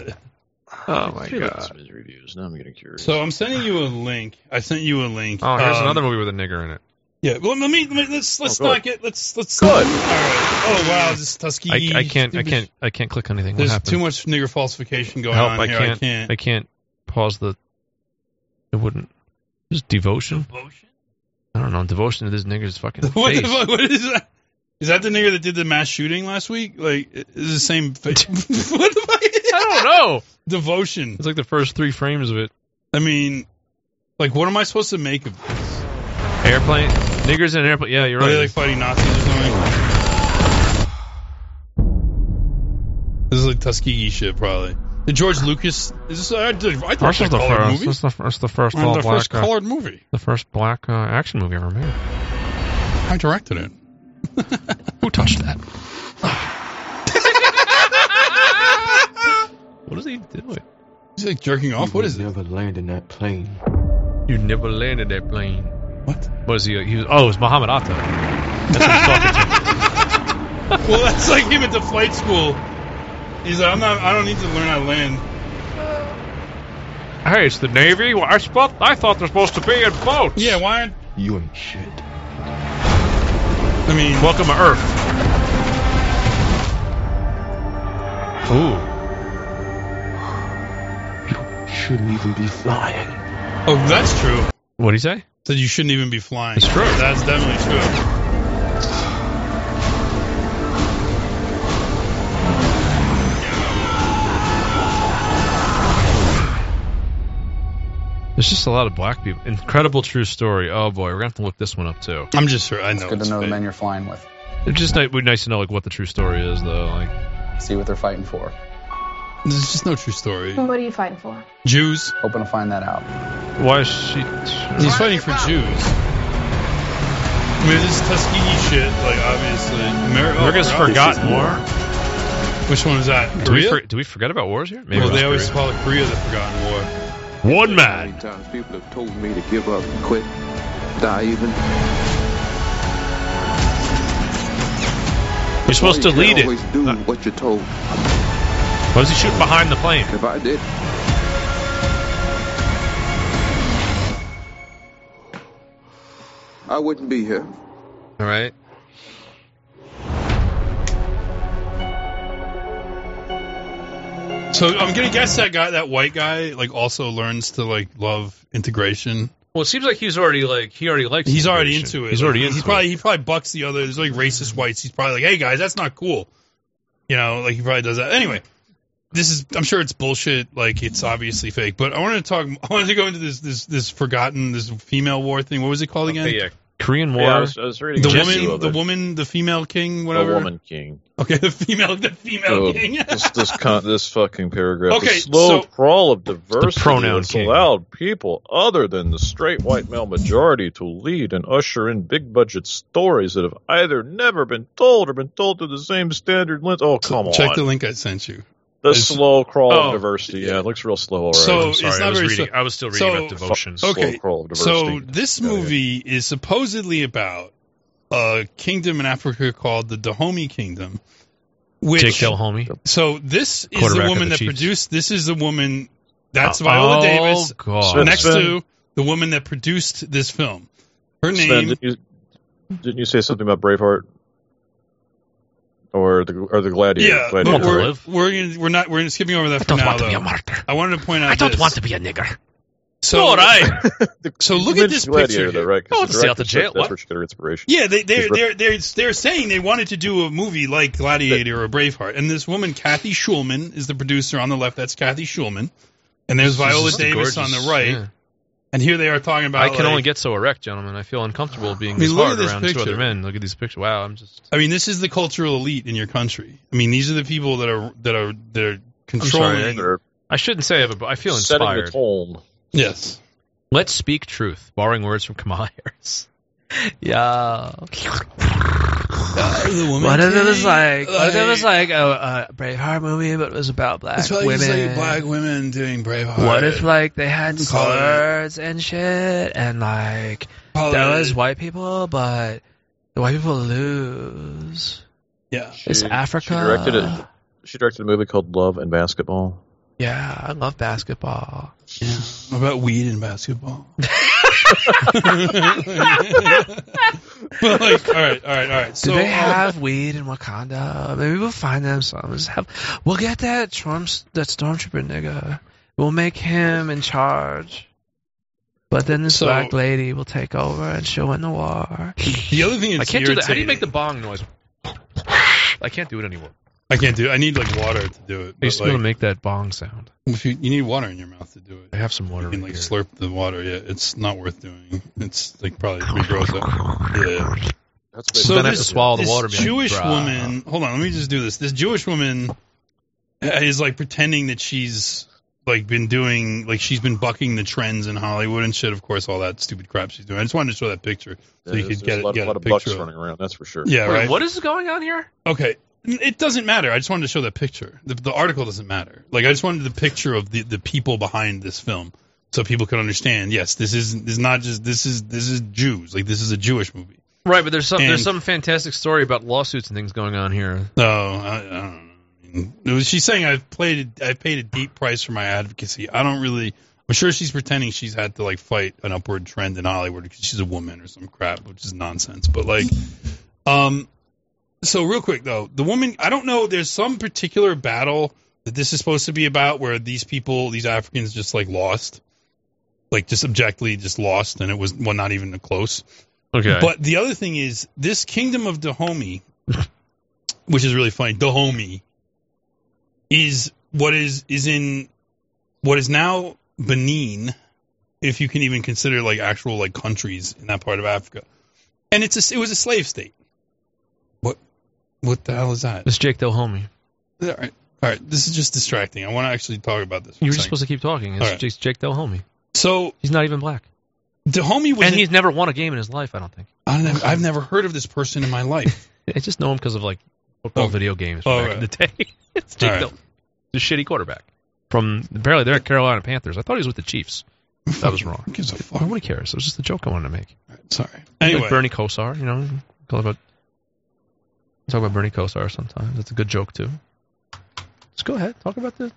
Oh my Look at god. these reviews. Now I'm getting curious. so I'm sending you a link. I sent you a link. Oh, here's Um, another movie with a nigger in it. Yeah, well, let me, let me let's let's Oh, good. not get let's let's Good. All right. Oh wow, this Tuskegee. I, I can't I stupid can't I can't click on anything. What There's happened? too much nigger falsification going Help! on I here. can't, I can't. I can't pause the. It wouldn't. Just devotion. I don't know. Devotion to this nigger's fucking what face. the fuck? What is that? Is that the nigger that did the mass shooting last week? Like, is the same? fa- what the fuck? I don't know. Devotion. It's like the first three frames of it. I mean, like, what am I supposed to make of this? Airplane. Niggers in an airplane. Yeah, you're Are right. they like fighting Nazis or something? This is like Tuskegee shit, probably. The George Lucas. Is this? I, did, I thought That's the just the colored first. movie. That's the, that's the first One all of the black. first uh, colored movie. the first black uh, action movie ever made. I directed it. Who touched that? what is he doing? He's like jerking off. What is it? You never landed that plane. What? What is he? He was. Oh, it was Muhammad Atta. Well, that's like him at the flight school. He's like, I'm not. I don't need to learn how to land. Hey, it's the Navy. Well, I thought I thought they're supposed to be in boats. Yeah, why? aren't- You ain't shit. I mean, Welcome to Earth. Ooh. Shouldn't even be flying. oh, that's true. What do you say? That you shouldn't even be flying. It's true. That's definitely true. There's just a lot of black people. Incredible true story. Oh boy, we're gonna have to look this one up too. I'm just sure. I know. Good it's to know the fake. men you're flying with. It's just ni- would be nice to know like what the true story is though. Like See what they're fighting for. There's just no true story. What are you fighting for? Jews. Hoping to find that out. why is she? He's fighting for Jews. I mean, this is Tuskegee shit. Like, obviously, oh, America. America's forgotten war. Which one was that? Do we, Korea. for, do we forget about wars here? Maybe well, it was they always Korea. call it Korea the Forgotten War. one man. times people have told me to give up, quit, die even. You're supposed to lead it. Always do what you're told. Why was he shooting behind the plane? If I did, I I wouldn't be here. All right. So I'm gonna guess that guy, that white guy, like also learns to like love integration. Well, it seems like he's already like he already likes. He's already integration. into it. He's Like, already into He's it. probably he probably bucks the other. There's like racist whites. He's probably like, hey guys, that's not cool. You know, like he probably does that anyway. This is I'm sure it's bullshit. Like it's obviously fake. But I wanted to talk. I wanted to go into this this this forgotten this female war thing. What was it called again? yeah. Korean War. Yeah, I was, I was reading The Jesse woman, Lovett. the woman, the female king, the whatever. woman king. Okay, the female, the female Oh, king. this this, con- this fucking paragraph. Okay, the slow so- crawl of diversity pronoun has king. allowed people other than the straight white male majority to lead and usher in big budget stories that have either never been told or been told to the same standard lens. Oh come Check on! the link I sent you. The It's- slow crawl Oh. of diversity. Yeah, it looks real slow. Already. So I'm sorry, Oh, it's not I was very reading- slow. I was still reading about devotion. Slow Okay, crawl of so diversity. this movie is supposedly about a kingdom in Africa called the Dahomey Kingdom. Which, Jake Delhomey. So this is the Quarterback of woman the that Chiefs. produced. This is the woman. That's Oh, Viola Davis. God. Next Smith. to the woman that produced this film. Her name. Sven, didn't you, didn't you say something about Braveheart? Or the or the Gladiator? yeah, Gladiator, but right? we're, we're gonna- we're not we're skipping over that for don't now. want to though. be a martyr. I wanted to point out. I don't this. want to be a nigger. So, All right. So look You at this mentioned Gladiator, picture. though, here. right? 'Cause Oh, the it's the out the director said jail- That's what? where she got her inspiration. Yeah, they, they're He's re- they're they're they're saying they wanted to do a movie like Gladiator or Braveheart, and this woman Kathy Schulman is the producer on the left. That's Kathy Schulman, and there's Viola She's Davis gorgeous, on the right, yeah. and here they are talking about. I can like- only get so erect, gentlemen. I feel uncomfortable being I mean, this look hard at this around two picture. other men. Look at these pictures. Wow, I'm just. I mean, this is the cultural elite in your country. I mean, these are the people that are that are that are I'm sorry. controlling. I- I shouldn't say it, but I feel setting the inspired. tone. yes, Let's speak truth, borrowing words from Kamala Harris. yeah. the woman. What if it was king, like, what if it was like- like a, a Braveheart movie, but it was about black it's probably women? just like black women doing Braveheart. what if like they had Call it- swords and shit, and like Call there it- was white people, but the white people lose. yeah? It's She- Africa. She directed a, she directed a movie called Love and Basketball. Yeah, I love basketball. Yeah. What about weed and basketball? but like, all right, all right, all right. Do So they uh, have weed in Wakanda? Maybe we'll find them some. Just have, we'll get that storm, that stormtrooper nigga. We'll make him in charge. But then this So- black lady will take over and she'll win the war. the other thing I that's can't do that. How do you irritating- make the bong noise? I can't do it anymore. I can't do. it. I need like water to do it. I But, used to be able to like, make that bong sound. if you, you need water in your mouth to do it. I have some water. You can like right here. slurp the water. Yeah, it's not worth doing. It's like probably regrows it. Yeah. That's what So they- Then I have to this- swallow the this water, be like, Jewish "Bruh." woman. Hold on, let me just do this. This Jewish woman uh, is like pretending that she's like been doing like she's been bucking the trends in Hollywood and shit. Of course, all that stupid crap she's doing. I just wanted to show that picture so you there's could get a it, lot, get a lot a of bucks picture. of it. running around. That's for sure. Yeah, Wait, right. What is going on here? Okay. It doesn't matter. I just wanted to show that picture. The, the article doesn't matter. Like I just wanted the picture of the, the people behind this film, so people could understand. Yes, this is this is not just this is this is Jews. Like this is a Jewish movie. Right, but there's some And- there's some fantastic story about lawsuits and things going on here. So I, I don't know. I mean, it was- she's saying I've played I paid a deep price for my advocacy. I don't really. I'm sure she's pretending she's had to like fight an upward trend in Hollywood because she's a woman or some crap, which is nonsense. But like, um, so real quick though, the woman I don't know. There's some particular battle that this is supposed to be about where these people, these Africans, just like lost, like just objectively just lost, and it was well not even close. Okay. But the other thing is this kingdom of Dahomey, which is really funny, Dahomey, is what is is in what is now Benin, if you can even consider like actual like countries in that part of Africa, and it's a, it was a slave state. What what the hell is that? It's Jake Delhomey. All right, all right, this is just distracting. I want to actually talk about this. for a You were just second. supposed to keep talking. It's All right. Jake, Jake Delhomey. so He's not even black, Dahomey was. and in- he's never won a game in his life. I don't think. I don't know, I've never heard of this person in my life. I just know him because of like football Oh. video games Oh, back in the right. day. it's Jake All right. Delhomey, the shitty quarterback from apparently they're Carolina Panthers. I thought he was with the Chiefs. That was wrong. Who gives a fuck? Nobody cares. It was just a joke I wanted to make. Sorry. like Oh. Anyway, Bernie Kosar, you know, talk about talk about Bernie Kosar sometimes. That's a good joke too. Just go ahead, talk about the. All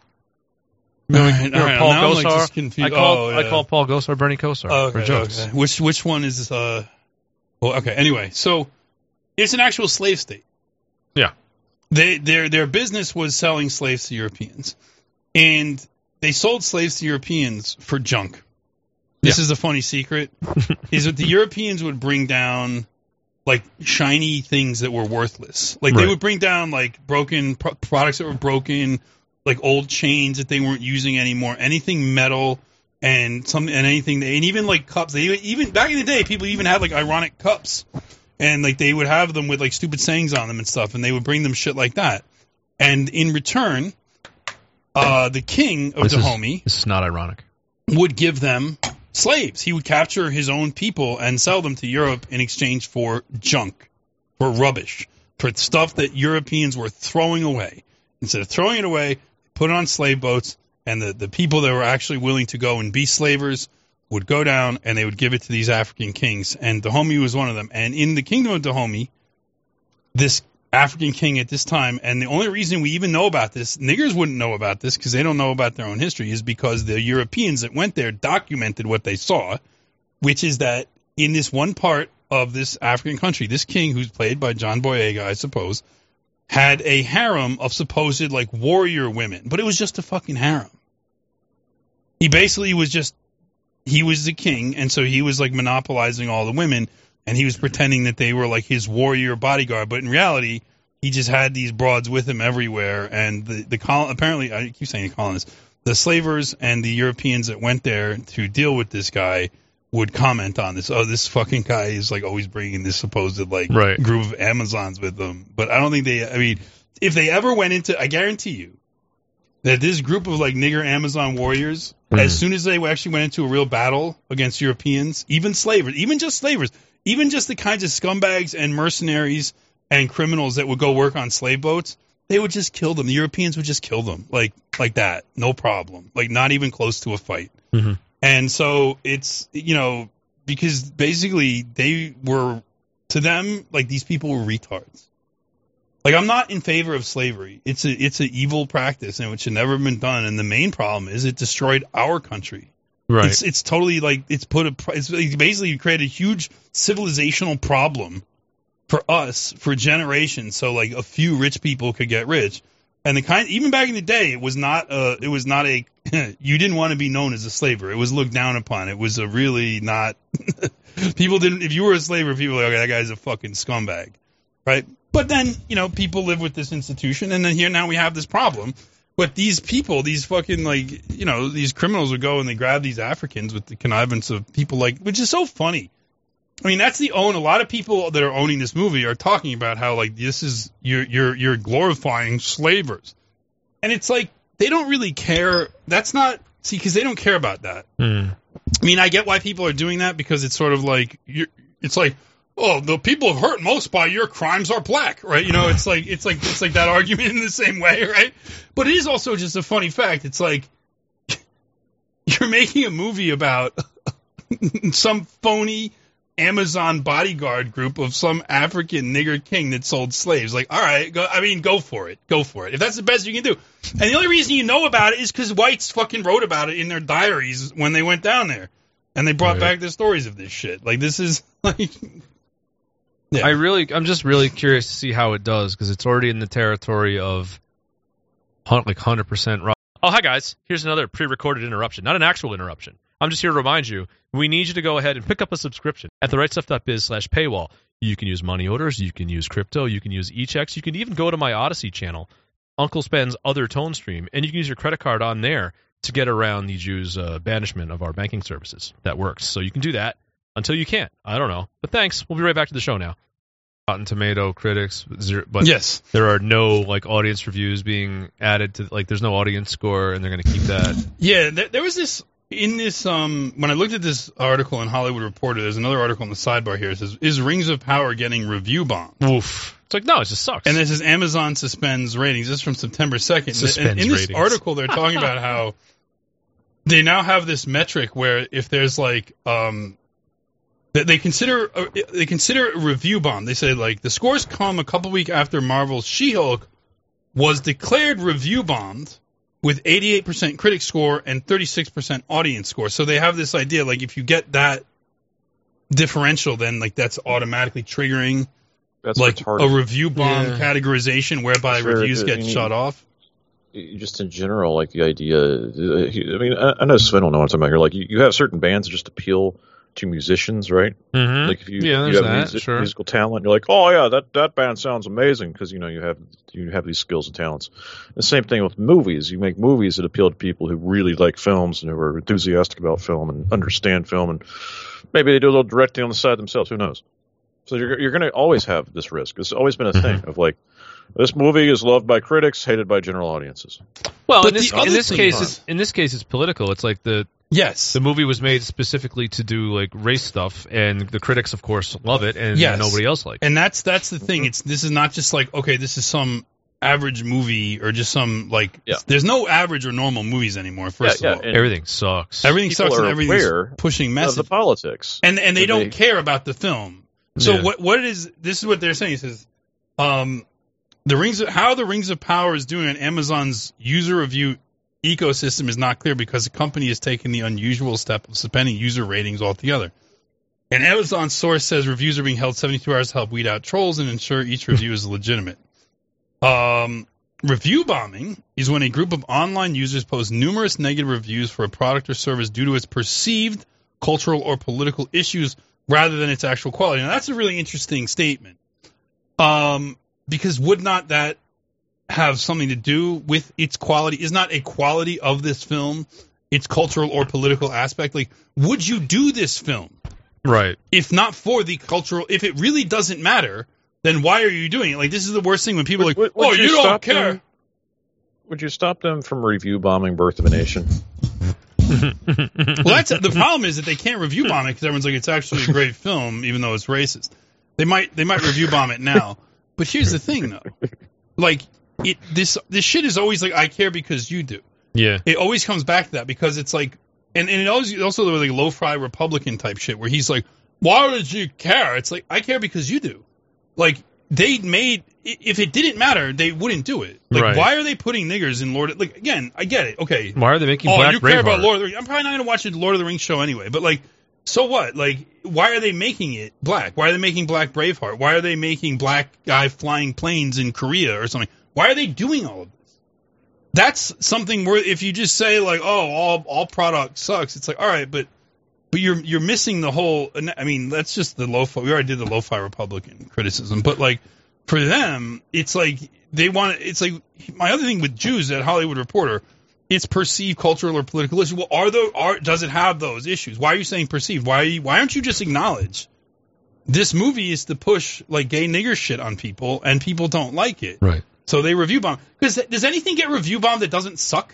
right, all Remember right, Paul now I'm, like, Gosar? just confused. I called Oh, I yeah. called Paul Gosar Bernie Kosar oh, Okay, for jokes. okay. Which which one is this? Uh, Well, okay. Anyway, so it's an actual slave state. Yeah. They their their business was selling slaves to Europeans, and they sold slaves to Europeans for junk. This is the funny secret: is that the Europeans would bring down like shiny things that were worthless. Like they Right. would bring down like broken pro- products that were broken, like old chains that they weren't using anymore, anything metal and some and anything and even like cups. They even, even back in the day, people even had like ironic cups, and like they would have them with like stupid sayings on them and stuff, and they would bring them shit like that. And in return, uh, the king of This is- Dahomey This is not ironic. would give them slaves. He would capture his own people and sell them to Europe in exchange for junk, for rubbish, for stuff that Europeans were throwing away. Instead of throwing it away, put it on slave boats, and the, the people that were actually willing to go and be slavers would go down and they would give it to these African kings. And Dahomey was one of them. And in the kingdom of Dahomey, this African king at this time, and the only reason we even know about this, niggers wouldn't know about this because they don't know about their own history, is because the Europeans that went there documented what they saw, which is that in this one part of this African country, this king, who's played by John Boyega, I suppose, had a harem of supposed like warrior women, but it was just a fucking harem. He basically was just he was the king, and so he was like monopolizing all the women, and he was pretending that they were like his warrior bodyguard, but in reality, he just had these broads with him everywhere, and the the col- apparently I keep saying the colonists, the slavers and the Europeans that went there to deal with this guy would comment on this. Oh, this fucking guy is like always bringing this supposed like Right. group of Amazons with them, but I don't think they. I mean, if they ever went into, I guarantee you that this group of like nigger Amazon warriors, as soon as they actually went into a real battle against Europeans, even slavers, even just slavers, even just the kinds of scumbags and mercenaries and criminals that would go work on slave boats, they would just kill them. The Europeans would just kill them like like that, no problem, like not even close to a fight. Mhm. And so it's you know because basically they were to them like these people were retards. Like I'm not in favor of slavery. It's a it's an evil practice and it should never have been done. And the main problem is it destroyed our country. Right. It's it's totally like it's put a pr- it's it's basically created a huge civilizational problem for us for generations. So like a few rich people could get rich, and the kind even back in the day it was not a it was not a you didn't want to be known as a slaver. It was looked down upon. It was a really not people didn't if you were a slaver people were like okay that guy's a fucking scumbag right? But then, you know, people live with this institution, and then here now we have this problem. But these people, these fucking like, you know, these criminals would go and they grab these Africans with the connivance of people like, which is so funny. I mean, that's the own. A lot of people that are owning this movie are talking about how like this is you're you're you're glorifying slavers, and it's like they don't really care. That's not see because they don't care about that. Hmm. I mean, I get why people are doing that because it's sort of like you're, it's like, oh, the people hurt most by your crimes are black, right? You know, it's like it's like it's like that argument in the same way, right? But it is also just a funny fact. It's like you're making a movie about some phony Amazon bodyguard group of some African nigger king that sold slaves. Like, all right, go, I mean, go for it, go for it. If that's the best you can do, and the only reason you know about it is because whites fucking wrote about it in their diaries when they went down there, and they brought Right. back the stories of this shit. Like, this is like, I really, I'm just really curious to see how it does because it's already in the territory of hun- like 100% rock. Oh, hi guys. Here's another pre-recorded interruption, not an actual interruption. I'm just here to remind you, we need you to go ahead and pick up a subscription at therightstuff.biz slash paywall. You can use money orders, you can use crypto, you can use e-checks, you can even go to my Odyssey channel, Uncle Spen's other tone stream, and you can use your credit card on there to get around the Jews' uh, banishment of our banking services. That works. So you can do that until you can't. I don't know. But thanks. We'll be right back to the show now. Rotten Tomato critics, but zero, but Yes. there are no like audience reviews being added to like. There's no audience score, and they're going to keep that. Yeah, there, there was this in this um when I looked at this article in Hollywood Reporter. There's another article in the sidebar here. It says, "Is Rings of Power getting review bombed?" Oof. It's like no, it just sucks. And this is Amazon suspends ratings. This is from September second. Suspends in this ratings. article, they're talking about how they now have this metric where if there's like um, that they consider uh, they consider a review bomb. They say like the scores come a couple week after Marvel's She-Hulk was declared review bombed with 88% critic score and 36% audience score. So they have this idea like if you get that differential, then like that's automatically triggering That's like retarded. a review bomb Yeah. categorization whereby Sure, reviews I get mean- shut off. just in general, like the idea. uh, he- I mean, I, I know Sven will know what I'm talking about here. Like, you, you have certain bands that just appeal to musicians, right? Mhm. Like, if you, Yeah, you there's have that, music- sure. musical talent, you're like, oh yeah, that, that band sounds amazing because you know you have you have these skills and talents. The same thing with movies. You make movies that appeal to people who really like films and who are enthusiastic about film and understand film, and maybe they do a little directing on the side themselves. Who knows? So you're you're going to always have this risk. It's always been a thing Mm-hmm. of like. This movie is loved by critics, hated by general audiences. Well, But in this, the other in this thing case, is- it's, in this case, it's political. It's like the yes, the movie was made specifically to do like race stuff, and the critics, of course, love it, and Yes. nobody else likes. And that's that's the thing. It's this is not just like okay, this is some average movie or just some like there's no average or normal movies anymore. First yeah, of all, and Everything sucks. Everything people sucks. are And everything's aware pushing of message the politics, and and they And don't they- care about the film. So Yeah. what what is this is what they're saying? It says, um, the rings of, how the rings of power is doing on Amazon's user review ecosystem is not clear because the company is taking the unusual step of suspending user ratings altogether. An Amazon source says reviews are being held 72 hours to help weed out trolls and ensure each review is legitimate. Um, review bombing is when a group of online users post numerous negative reviews for a product or service due to its perceived cultural or political issues rather than its actual quality. Now, that's a really interesting statement. Um, because would not that have something to do with its quality? Is not a quality of this film its cultural or political aspect? Like, would you do this film? Right. if not for the cultural, if it really doesn't matter, then why are you doing it? Like this is the worst thing when people are like, would oh, you you, don't stop care. them? Would you stop them from review bombing Birth of a Nation? well, that's the problem is that they can't review bomb it because everyone's like, it's actually a great film, even though it's racist. They might they might review bomb it now, but here's the thing though, like it this this shit is always like I care because you do. Yeah. It always comes back to that because it's like, and, and it always it's also the like low fry Republican type shit where he's like, why would you care? It's like I care because you do. Like they made i- if it didn't matter, they wouldn't do it. Like Right. why are they putting niggers in Lord? Of, like again, I get it. Okay, Why are they making oh, Black you care about Braveheart? Lord of the Rings? I'm probably not going to watch the Lord of the Rings show anyway. But like, so what? Like, why are they making it black? Why are they making Black Braveheart? Why are they making black guy flying planes in Korea or something? Why are they doing all of this? That's something where if you just say like, oh, all all product sucks, it's like all right, but but you're you're missing the whole. I mean, that's just the lo-fi. We already did the lo-fi Republican criticism, but like for them, it's like they want. It's like my other thing with Jews at Hollywood Reporter. It's perceived cultural or political issues. Well, are those are does it have those issues? Why are you saying perceived? Why are you, why aren't you just acknowledge this movie is to push like gay nigger shit on people and people don't like it, right? So they review bomb. Because does anything get review bombed that doesn't suck?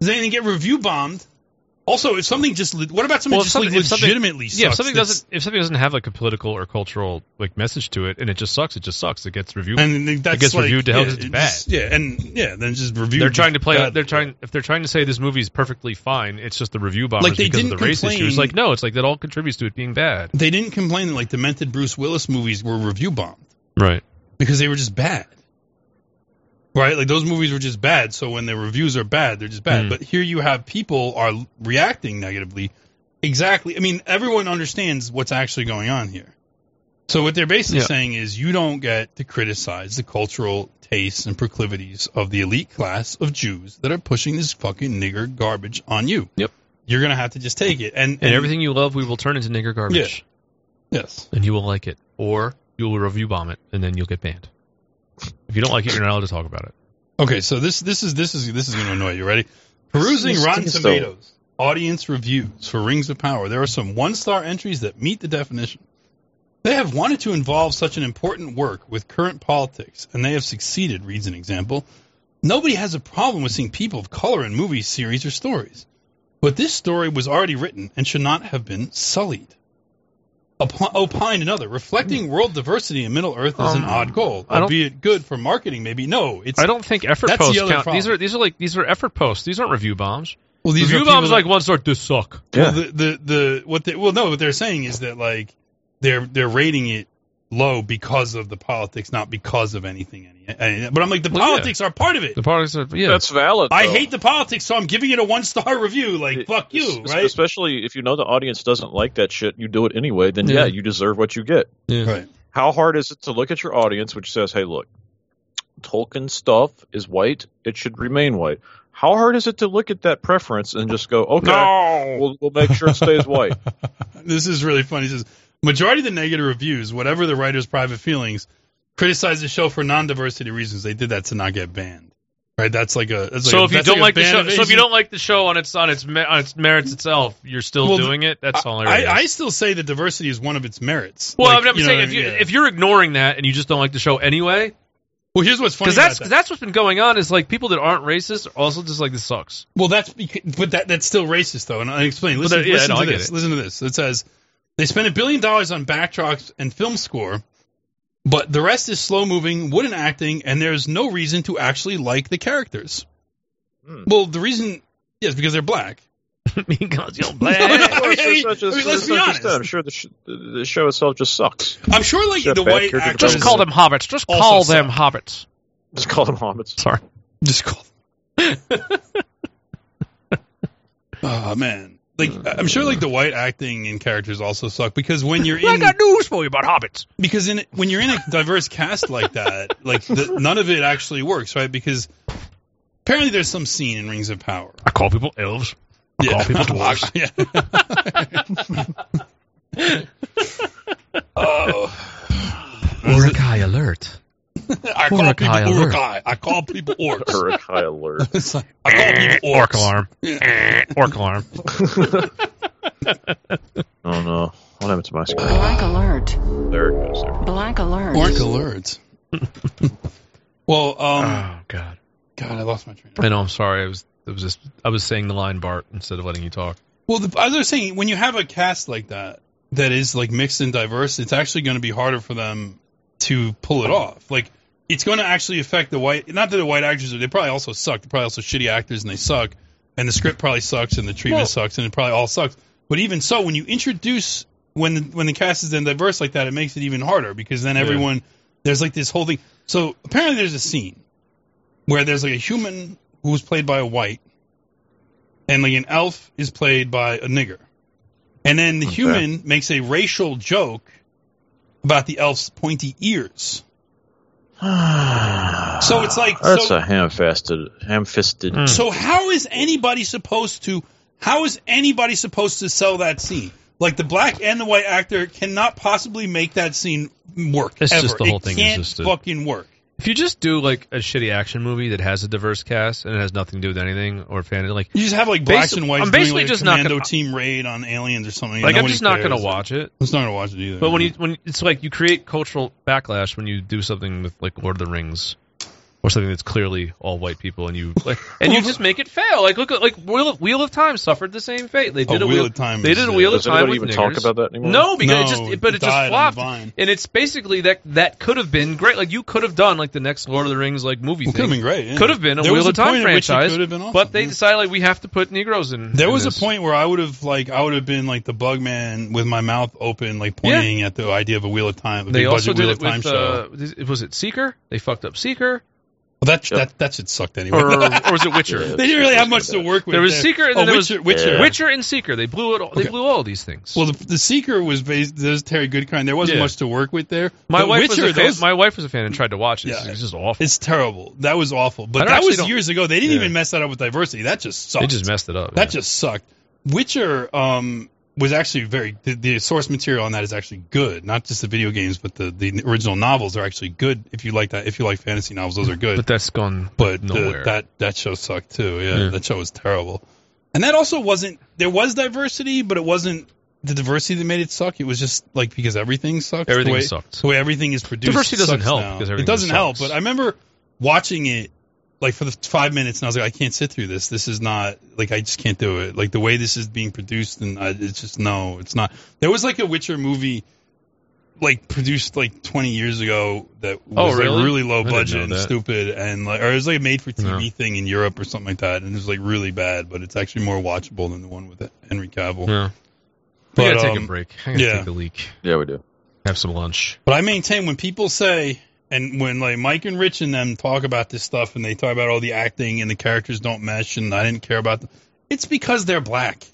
Does anything get review bombed? Also, if something just le- what about something if just something- like, if something- legitimately sucks? yeah, if something that's- doesn't if something doesn't have like a political or cultural like message to it, and it just sucks, it just sucks. It gets reviewed. and then that's it gets like, reviewed to hell yeah, 'cause it's it bad. just- yeah, and yeah, then it's just reviewed. they're trying to play. badly. They're trying if they're trying to say this movie's perfectly fine. It's just the review bombers Like, they because of didn't the race complain- issues. Like no, it's like that all contributes to it being bad. They didn't complain that like demented Bruce Willis movies were review bombed Right. because they were just bad. Right? Like those movies were just bad, so when their reviews are bad, they're just bad. Mm. But here you have people are l- reacting negatively. Exactly. I mean, everyone understands what's actually going on here. So what they're basically Yeah. saying is you don't get to criticize the cultural tastes and proclivities of the elite class of Jews that are pushing this fucking nigger garbage on you. Yep. You're going to have to just take it and, And everything you love, we will turn into nigger garbage. Yes. And you will like it, or you will review bomb it, and then you'll get banned. If you don't like it, you're not allowed to talk about it. Okay, so this this is this is this is going to annoy you. Ready? Perusing This Rotten stinks, though. Tomatoes audience reviews for Rings of Power. There are some one-star entries that meet the definition. They have wanted to involve such an important work with current politics, and they have succeeded. Reads an example. Nobody has a problem with seeing people of color in movies, series, or stories, but this story was already written and should not have been sullied. Op- opine another. Reflecting world diversity in Middle Earth is an Hmm. Um, odd goal, I don't- albeit good for marketing. Maybe no, it's. I don't think effort That's the posts other count. These problem. are these are like these are effort posts. These aren't review bombs. Well, these are review people bombs that- like one star. This suck. Well, the, the the what they well no what they're saying is that like they're they're rating it low because of the politics, not because of anything. Any, any- but I'm like, the Well, yeah. politics are part of it. The politics are yeah. That's valid. I though. hate the politics, so I'm giving it a one star review. Like, fuck you, Es- right? Especially if you know the audience doesn't like that shit, you do it anyway. Then yeah, Yeah. you deserve what you get. Yeah. Right. How hard is it to look at your audience, which says, "Hey, look, Tolkien stuff is white; it should remain white." How hard is it to look at that preference and just go, "Okay, we'll, we'll make sure it stays white." This is really funny. He says, majority of the negative reviews, whatever the writer's private feelings, criticize the show for non diversity reasons. They did that to not get banned. Right? That's like a. That's like so a- if you that's don't like like, a the ban show, of so if you Asian- don't like the show on its on its me- on its merits itself, you're still Well, doing it. That's all. I, it is. I still say that diversity is one of its merits. well, Like, I'm not you know saying what I if you mean? Yeah. if you're ignoring that and you just don't like the show anyway, well, here's what's funny. because that's about that. 'cause that's what's been going on is like people that aren't racist are also just like this sucks. Well, that's beca- but that that's still racist though, and I explain. Listen, that- yeah, listen no, to I get this. it. Listen to this. It says they spent a billion dollars on backtracks and film score, but the rest is slow moving, wooden acting, and there's no reason to actually like the characters. Hmm. Well, the reason is because they're black. because you're Of course, I mean, it's not just- I mean, let's it's be not honest. just that. I'm sure the, sh- the show itself just sucks. I'm sure like Shit, the bad white character actors. Just call them hobbits. Just Also call suck. them hobbits. Just call them hobbits. Sorry. Just call. oh man, like I'm sure like the white acting and characters also suck because when you're in I got news for you about hobbits. because in when you're in a diverse cast like that, like the, none of it actually works, right? Because apparently there's some scene in Rings of Power. I call people elves. I call people dwarves. Yeah. oh, Urukai alert. I call Urukai people alert. Urukai. I call people orcs. Urukai alert. It's like, I call people Eh, Orc orcs. alarm. Eh, Orc alarm. Oh no, what happened to my screen? Black alert. There it goes. There. Black alert. Orc alert. well, um, Oh God. God, I lost my train. of I know. I'm sorry. I was. It was just. I was saying the line, Bart, instead of letting you talk. Well, the, as I was saying, when you have a cast like that that is like mixed and diverse, it's actually going to be harder for them to pull it off. Like it's going to actually affect the white. Not that the white actors are. They probably also suck. They're probably also shitty actors, and they suck. And the script probably sucks, and the treatment Well- sucks, and it probably all sucks. But even so, when you introduce when the, when the cast is then diverse like that, it makes it even harder because then everyone there's like this whole thing. So apparently, there's a scene where there's like a human who's played by a white, and like an elf is played by a nigger, and then the human makes a racial joke about the elf's pointy ears. so it's like That's so, a hmm. ham-fisted, ham-fisted. so how is anybody supposed to how is anybody supposed to sell that scene? Like the black and the white actor cannot possibly make that scene work. It's ever. just the whole it thing is can't just a- fucking work. If you just do like a shitty action movie that has a diverse cast and it has nothing to do with anything or fan, like, You just have like blacks Basi- and whites I'm basically doing like just a not commando gonna- team raid on aliens or something. like No I'm one just not cares. gonna watch it. I'm just not gonna watch it either. But when you when it's like you create cultural backlash when you do something with like Lord of the Rings or something that's clearly all white people and you like and you just make it fail. Like look at like Wheel of, Wheel of Time suffered the same fate. They Oh, did a Wheel of Time They is- did a yeah. Wheel of Does Time anybody with even niggers. talk about that anymore? No, because No, it just but it it just died on flopped. Vine. And it's basically that that could have been great. Like you could have done like the next Lord of the Rings like movie It could have been thing. great. yeah. Could have been a There was Wheel of Time point at which it franchise, could have been awesome, but they yeah. decided like we have to put Negroes in. There in was a this. point where I would have like I would have been like the bug man with my mouth open, like pointing at the idea of a Wheel of Time, a They big also budget did Wheel it of Time with show. uh, was it Seeker? They fucked up Seeker. well, that that that shit sucked anyway. or, or was it Witcher? they didn't really have much to work with. There was Seeker and oh, then there was- Witcher, Witcher. Yeah. Witcher and Seeker. They blew it. All, They Okay. blew all these things. Well, the, the Seeker was based. There's Terry Goodkind. There wasn't Yeah. much to work with there. my But wife Witcher, was a fan. those- my wife was a fan and tried to watch it. Yeah. It's just awful. it's terrible. That was awful. I But don't that actually was don't- years ago. They didn't Yeah. even mess that up with diversity. That just sucked. They just messed it up. That yeah. just sucked. Witcher um, was actually very the, the source material on that is actually good. Not just the video games, but the, the original novels are actually good. If you like that, if you like fantasy novels, those are good. But that's gone. But uh, nowhere. that that show sucked too. Yeah, Yeah. that show was terrible. And that also wasn't there was diversity, but it wasn't the diversity that made it suck. It was just like because everything sucks. Everything the way, sucked. The way everything is produced. Diversity doesn't sucks help now. because it everything doesn't help. sucks. But I remember watching it like for the five minutes, and I was like, I can't sit through this. This is not like I just can't do it. Like the way this is being produced, and I, it's just no, it's not. There was like a Witcher movie, like produced like twenty years ago that was Oh, really? like really low I didn't know budget and that. stupid, and like or it was like a made for TV Yeah. thing in Europe or something like that, and it was like really bad. But it's actually more watchable than the one with Henry Cavill. yeah. But, we gotta take um, a break. I gotta yeah. take a leak. Yeah, we do. Have some lunch. But I maintain when people say, and when like Mike and Rich and them talk about this stuff, and they talk about all the acting and the characters don't mesh, and I didn't care about them, it's because they're black.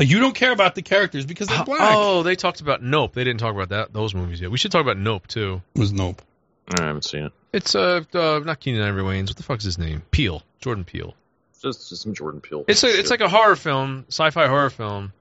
Like, you don't care about the characters because they're black. Oh, they talked about Nope. They didn't talk about that those movies yet. We should talk about Nope too. Was Nope? I haven't seen it. It's uh, uh not Keenan Ivory Wayans. What the fuck's his name? Peel. Jordan Peel. Just, just some Jordan Peele. It's a, it's like a horror film, sci-fi horror film.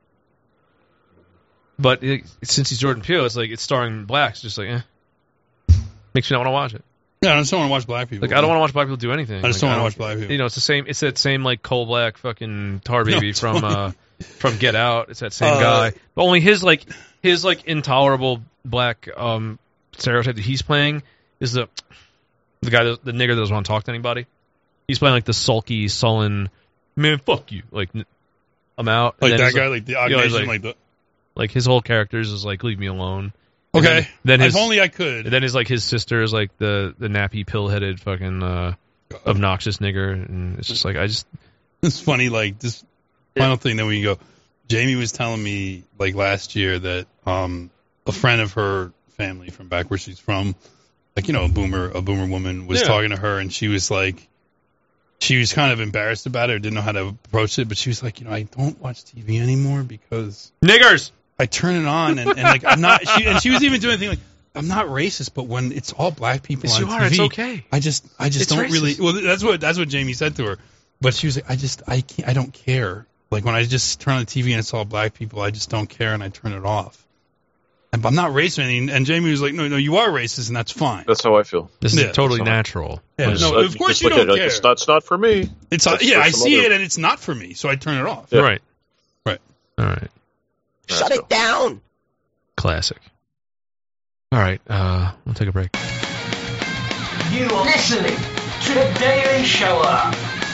But it, since he's Jordan Peele, it's like it's starring blacks. Just like, eh. makes me not want to watch it. Yeah, I just don't want to watch black people. Like I don't want to watch black people do anything. I just Like, don't want to watch black people. You know, it's the same. It's that same like coal black fucking tar No, baby from Tony. uh from Get Out. It's that same Uh, guy, but only his like his like intolerable black um stereotype that he's playing is the the guy that, the nigger that doesn't want to talk to anybody. He's playing like the sulky, sullen man. Fuck you, like n- I'm out. And then Like that he's guy, like the you know, he's occasion, like, the like his whole characters is like leave me alone. And okay. Then, then his if only I could. and then his like his sister is like the the nappy pill headed fucking uh, obnoxious nigger, and it's just like I just It's funny, like this final thing that we can go. Jamie was telling me like last year that um a friend of her family from back where she's from, like you know, a boomer a boomer woman was Yeah. talking to her and she was like she was kind of embarrassed about it, or didn't know how to approach it, but she was like, you know, I don't watch TV anymore because niggers. I turn it on and, and like I'm not she and she was even doing a thing like I'm not racist, but when it's all black people Yes, on you are. It's TV, okay. I just I just It's don't really racist. well that's what that's what Jamie said to her. But she was like I just I can't I don't care. Like when I just turn on the TV and it's all black people, I just don't care and I turn it off. And but I'm not racist or anything. And Jamie was like, No, no, you are racist and that's fine. That's how I feel. This is Yeah. totally Someone- natural. Yeah, Like, no, But of course just you look at don't it like, care. It's not, it's not for me. It's not, That's yeah, for I some see other- it and it's not for me, so I turn it off. Yeah. Right. Right. All right. Shut it down. Classic. All right. Uh, we'll take a break. You are listening to the Daily Shower.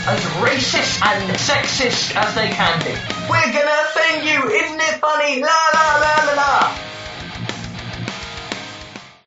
As racist and sexist as they can be. We're gonna offend you, isn't it funny? La la la la la.